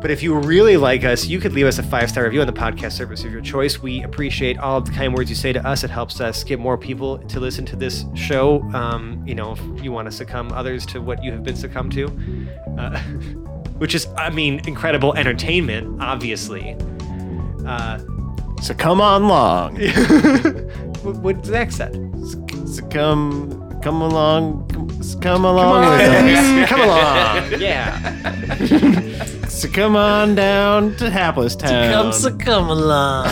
[SPEAKER 2] But if you really like us, you could leave us a five star review on the podcast service of your choice. We appreciate all of the kind words you say to us. It helps us get more people to listen to this show. Um, you know, if you want to succumb others to what you have been succumbed to, uh, which is, I mean, incredible entertainment, obviously. Uh,
[SPEAKER 1] so come on long.
[SPEAKER 2] what, what Zach said.
[SPEAKER 1] So come, come along, come, so come along with us.
[SPEAKER 2] Come along. Yeah.
[SPEAKER 1] So come on down to Hapless Town.
[SPEAKER 6] Come, so come along.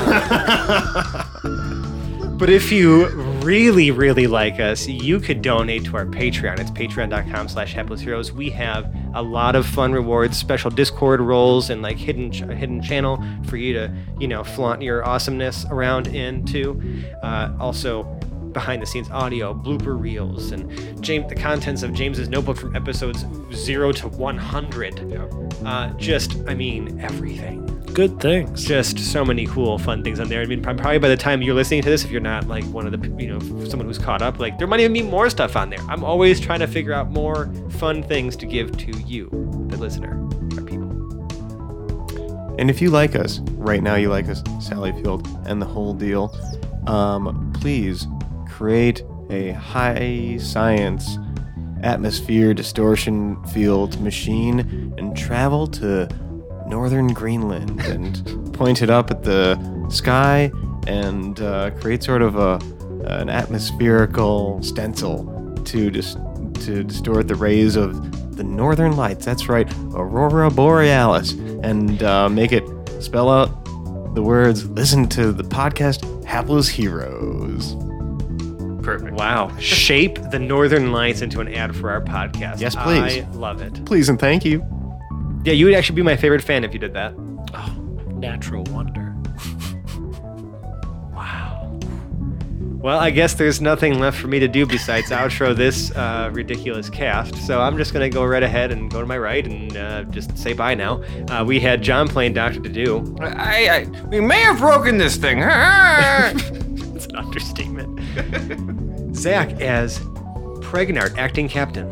[SPEAKER 2] But if you really, really like us, you could donate to our Patreon. It's patreon.com slash hapless heroes. We have a lot of fun rewards, special Discord roles, and like hidden ch- hidden channel for you to, you know, flaunt your awesomeness around in too. Uh, also, behind the scenes audio, blooper reels, and James, the contents of James's notebook from episodes 0 to 100. Uh, just, I mean, everything
[SPEAKER 6] Good things.
[SPEAKER 2] just so many cool, fun things on there. I mean, prob- probably by the time you're listening to this, if you're not like one of the, p- you know, someone who's caught up, like there might even be more stuff on there. I'm always trying to figure out more fun things to give to you, the listener, our people.
[SPEAKER 1] And if you like us, right now you like us, Sally Field, and the whole deal, um, please create a high science atmosphere distortion field machine and travel to northern Greenland and point it up at the sky and uh, create sort of a an atmospherical stencil to dis- to distort the rays of the northern lights. That's right, aurora borealis, and uh, make it spell out the words. Listen to the podcast, Hapless Heroes.
[SPEAKER 3] Perfect.
[SPEAKER 2] Wow. Shape the Northern Lights into an ad for our podcast.
[SPEAKER 1] Yes, please.
[SPEAKER 2] I love it.
[SPEAKER 1] Please and thank you.
[SPEAKER 2] Yeah, you would actually be my favorite fan if you did that.
[SPEAKER 6] Natural wonder.
[SPEAKER 2] Well, I guess there's nothing left for me to do besides outro this uh, ridiculous cast. So I'm just going to go right ahead and go to my right and uh, just say bye now. Uh, we had John playing Dr. Dadu.
[SPEAKER 3] I, I, we may have broken this thing.
[SPEAKER 2] It's an understatement. Zach as Pregnart, acting captain.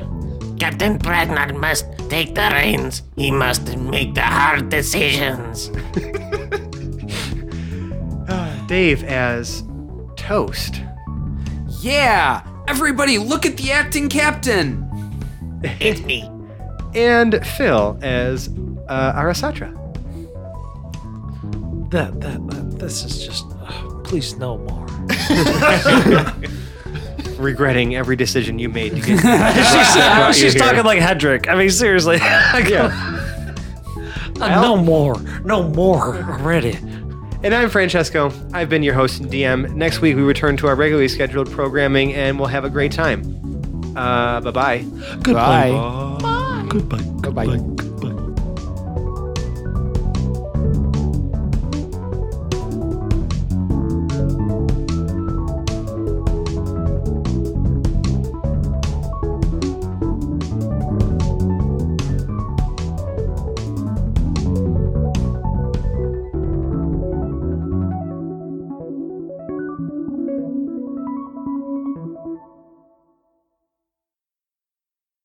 [SPEAKER 4] Captain Pregnant must take the reins. He must make the hard decisions.
[SPEAKER 2] Dave as Toast.
[SPEAKER 5] Yeah, everybody, look at the acting captain.
[SPEAKER 4] It's me.
[SPEAKER 2] And Phil as uh, Arasatra.
[SPEAKER 6] that that, that this is just. Uh, please, no more.
[SPEAKER 2] regretting every decision you made to get
[SPEAKER 6] she's
[SPEAKER 2] brought you
[SPEAKER 6] she's
[SPEAKER 2] here.
[SPEAKER 6] talking like Hedrick. I mean, seriously. Uh, no more. No more already.
[SPEAKER 2] And I'm Francesco. I've been your host and DM. Next week, we return to our regularly scheduled programming and we'll have a great time. Uh, bye bye.
[SPEAKER 5] Goodbye.
[SPEAKER 6] Goodbye.
[SPEAKER 5] Goodbye.
[SPEAKER 6] Goodbye.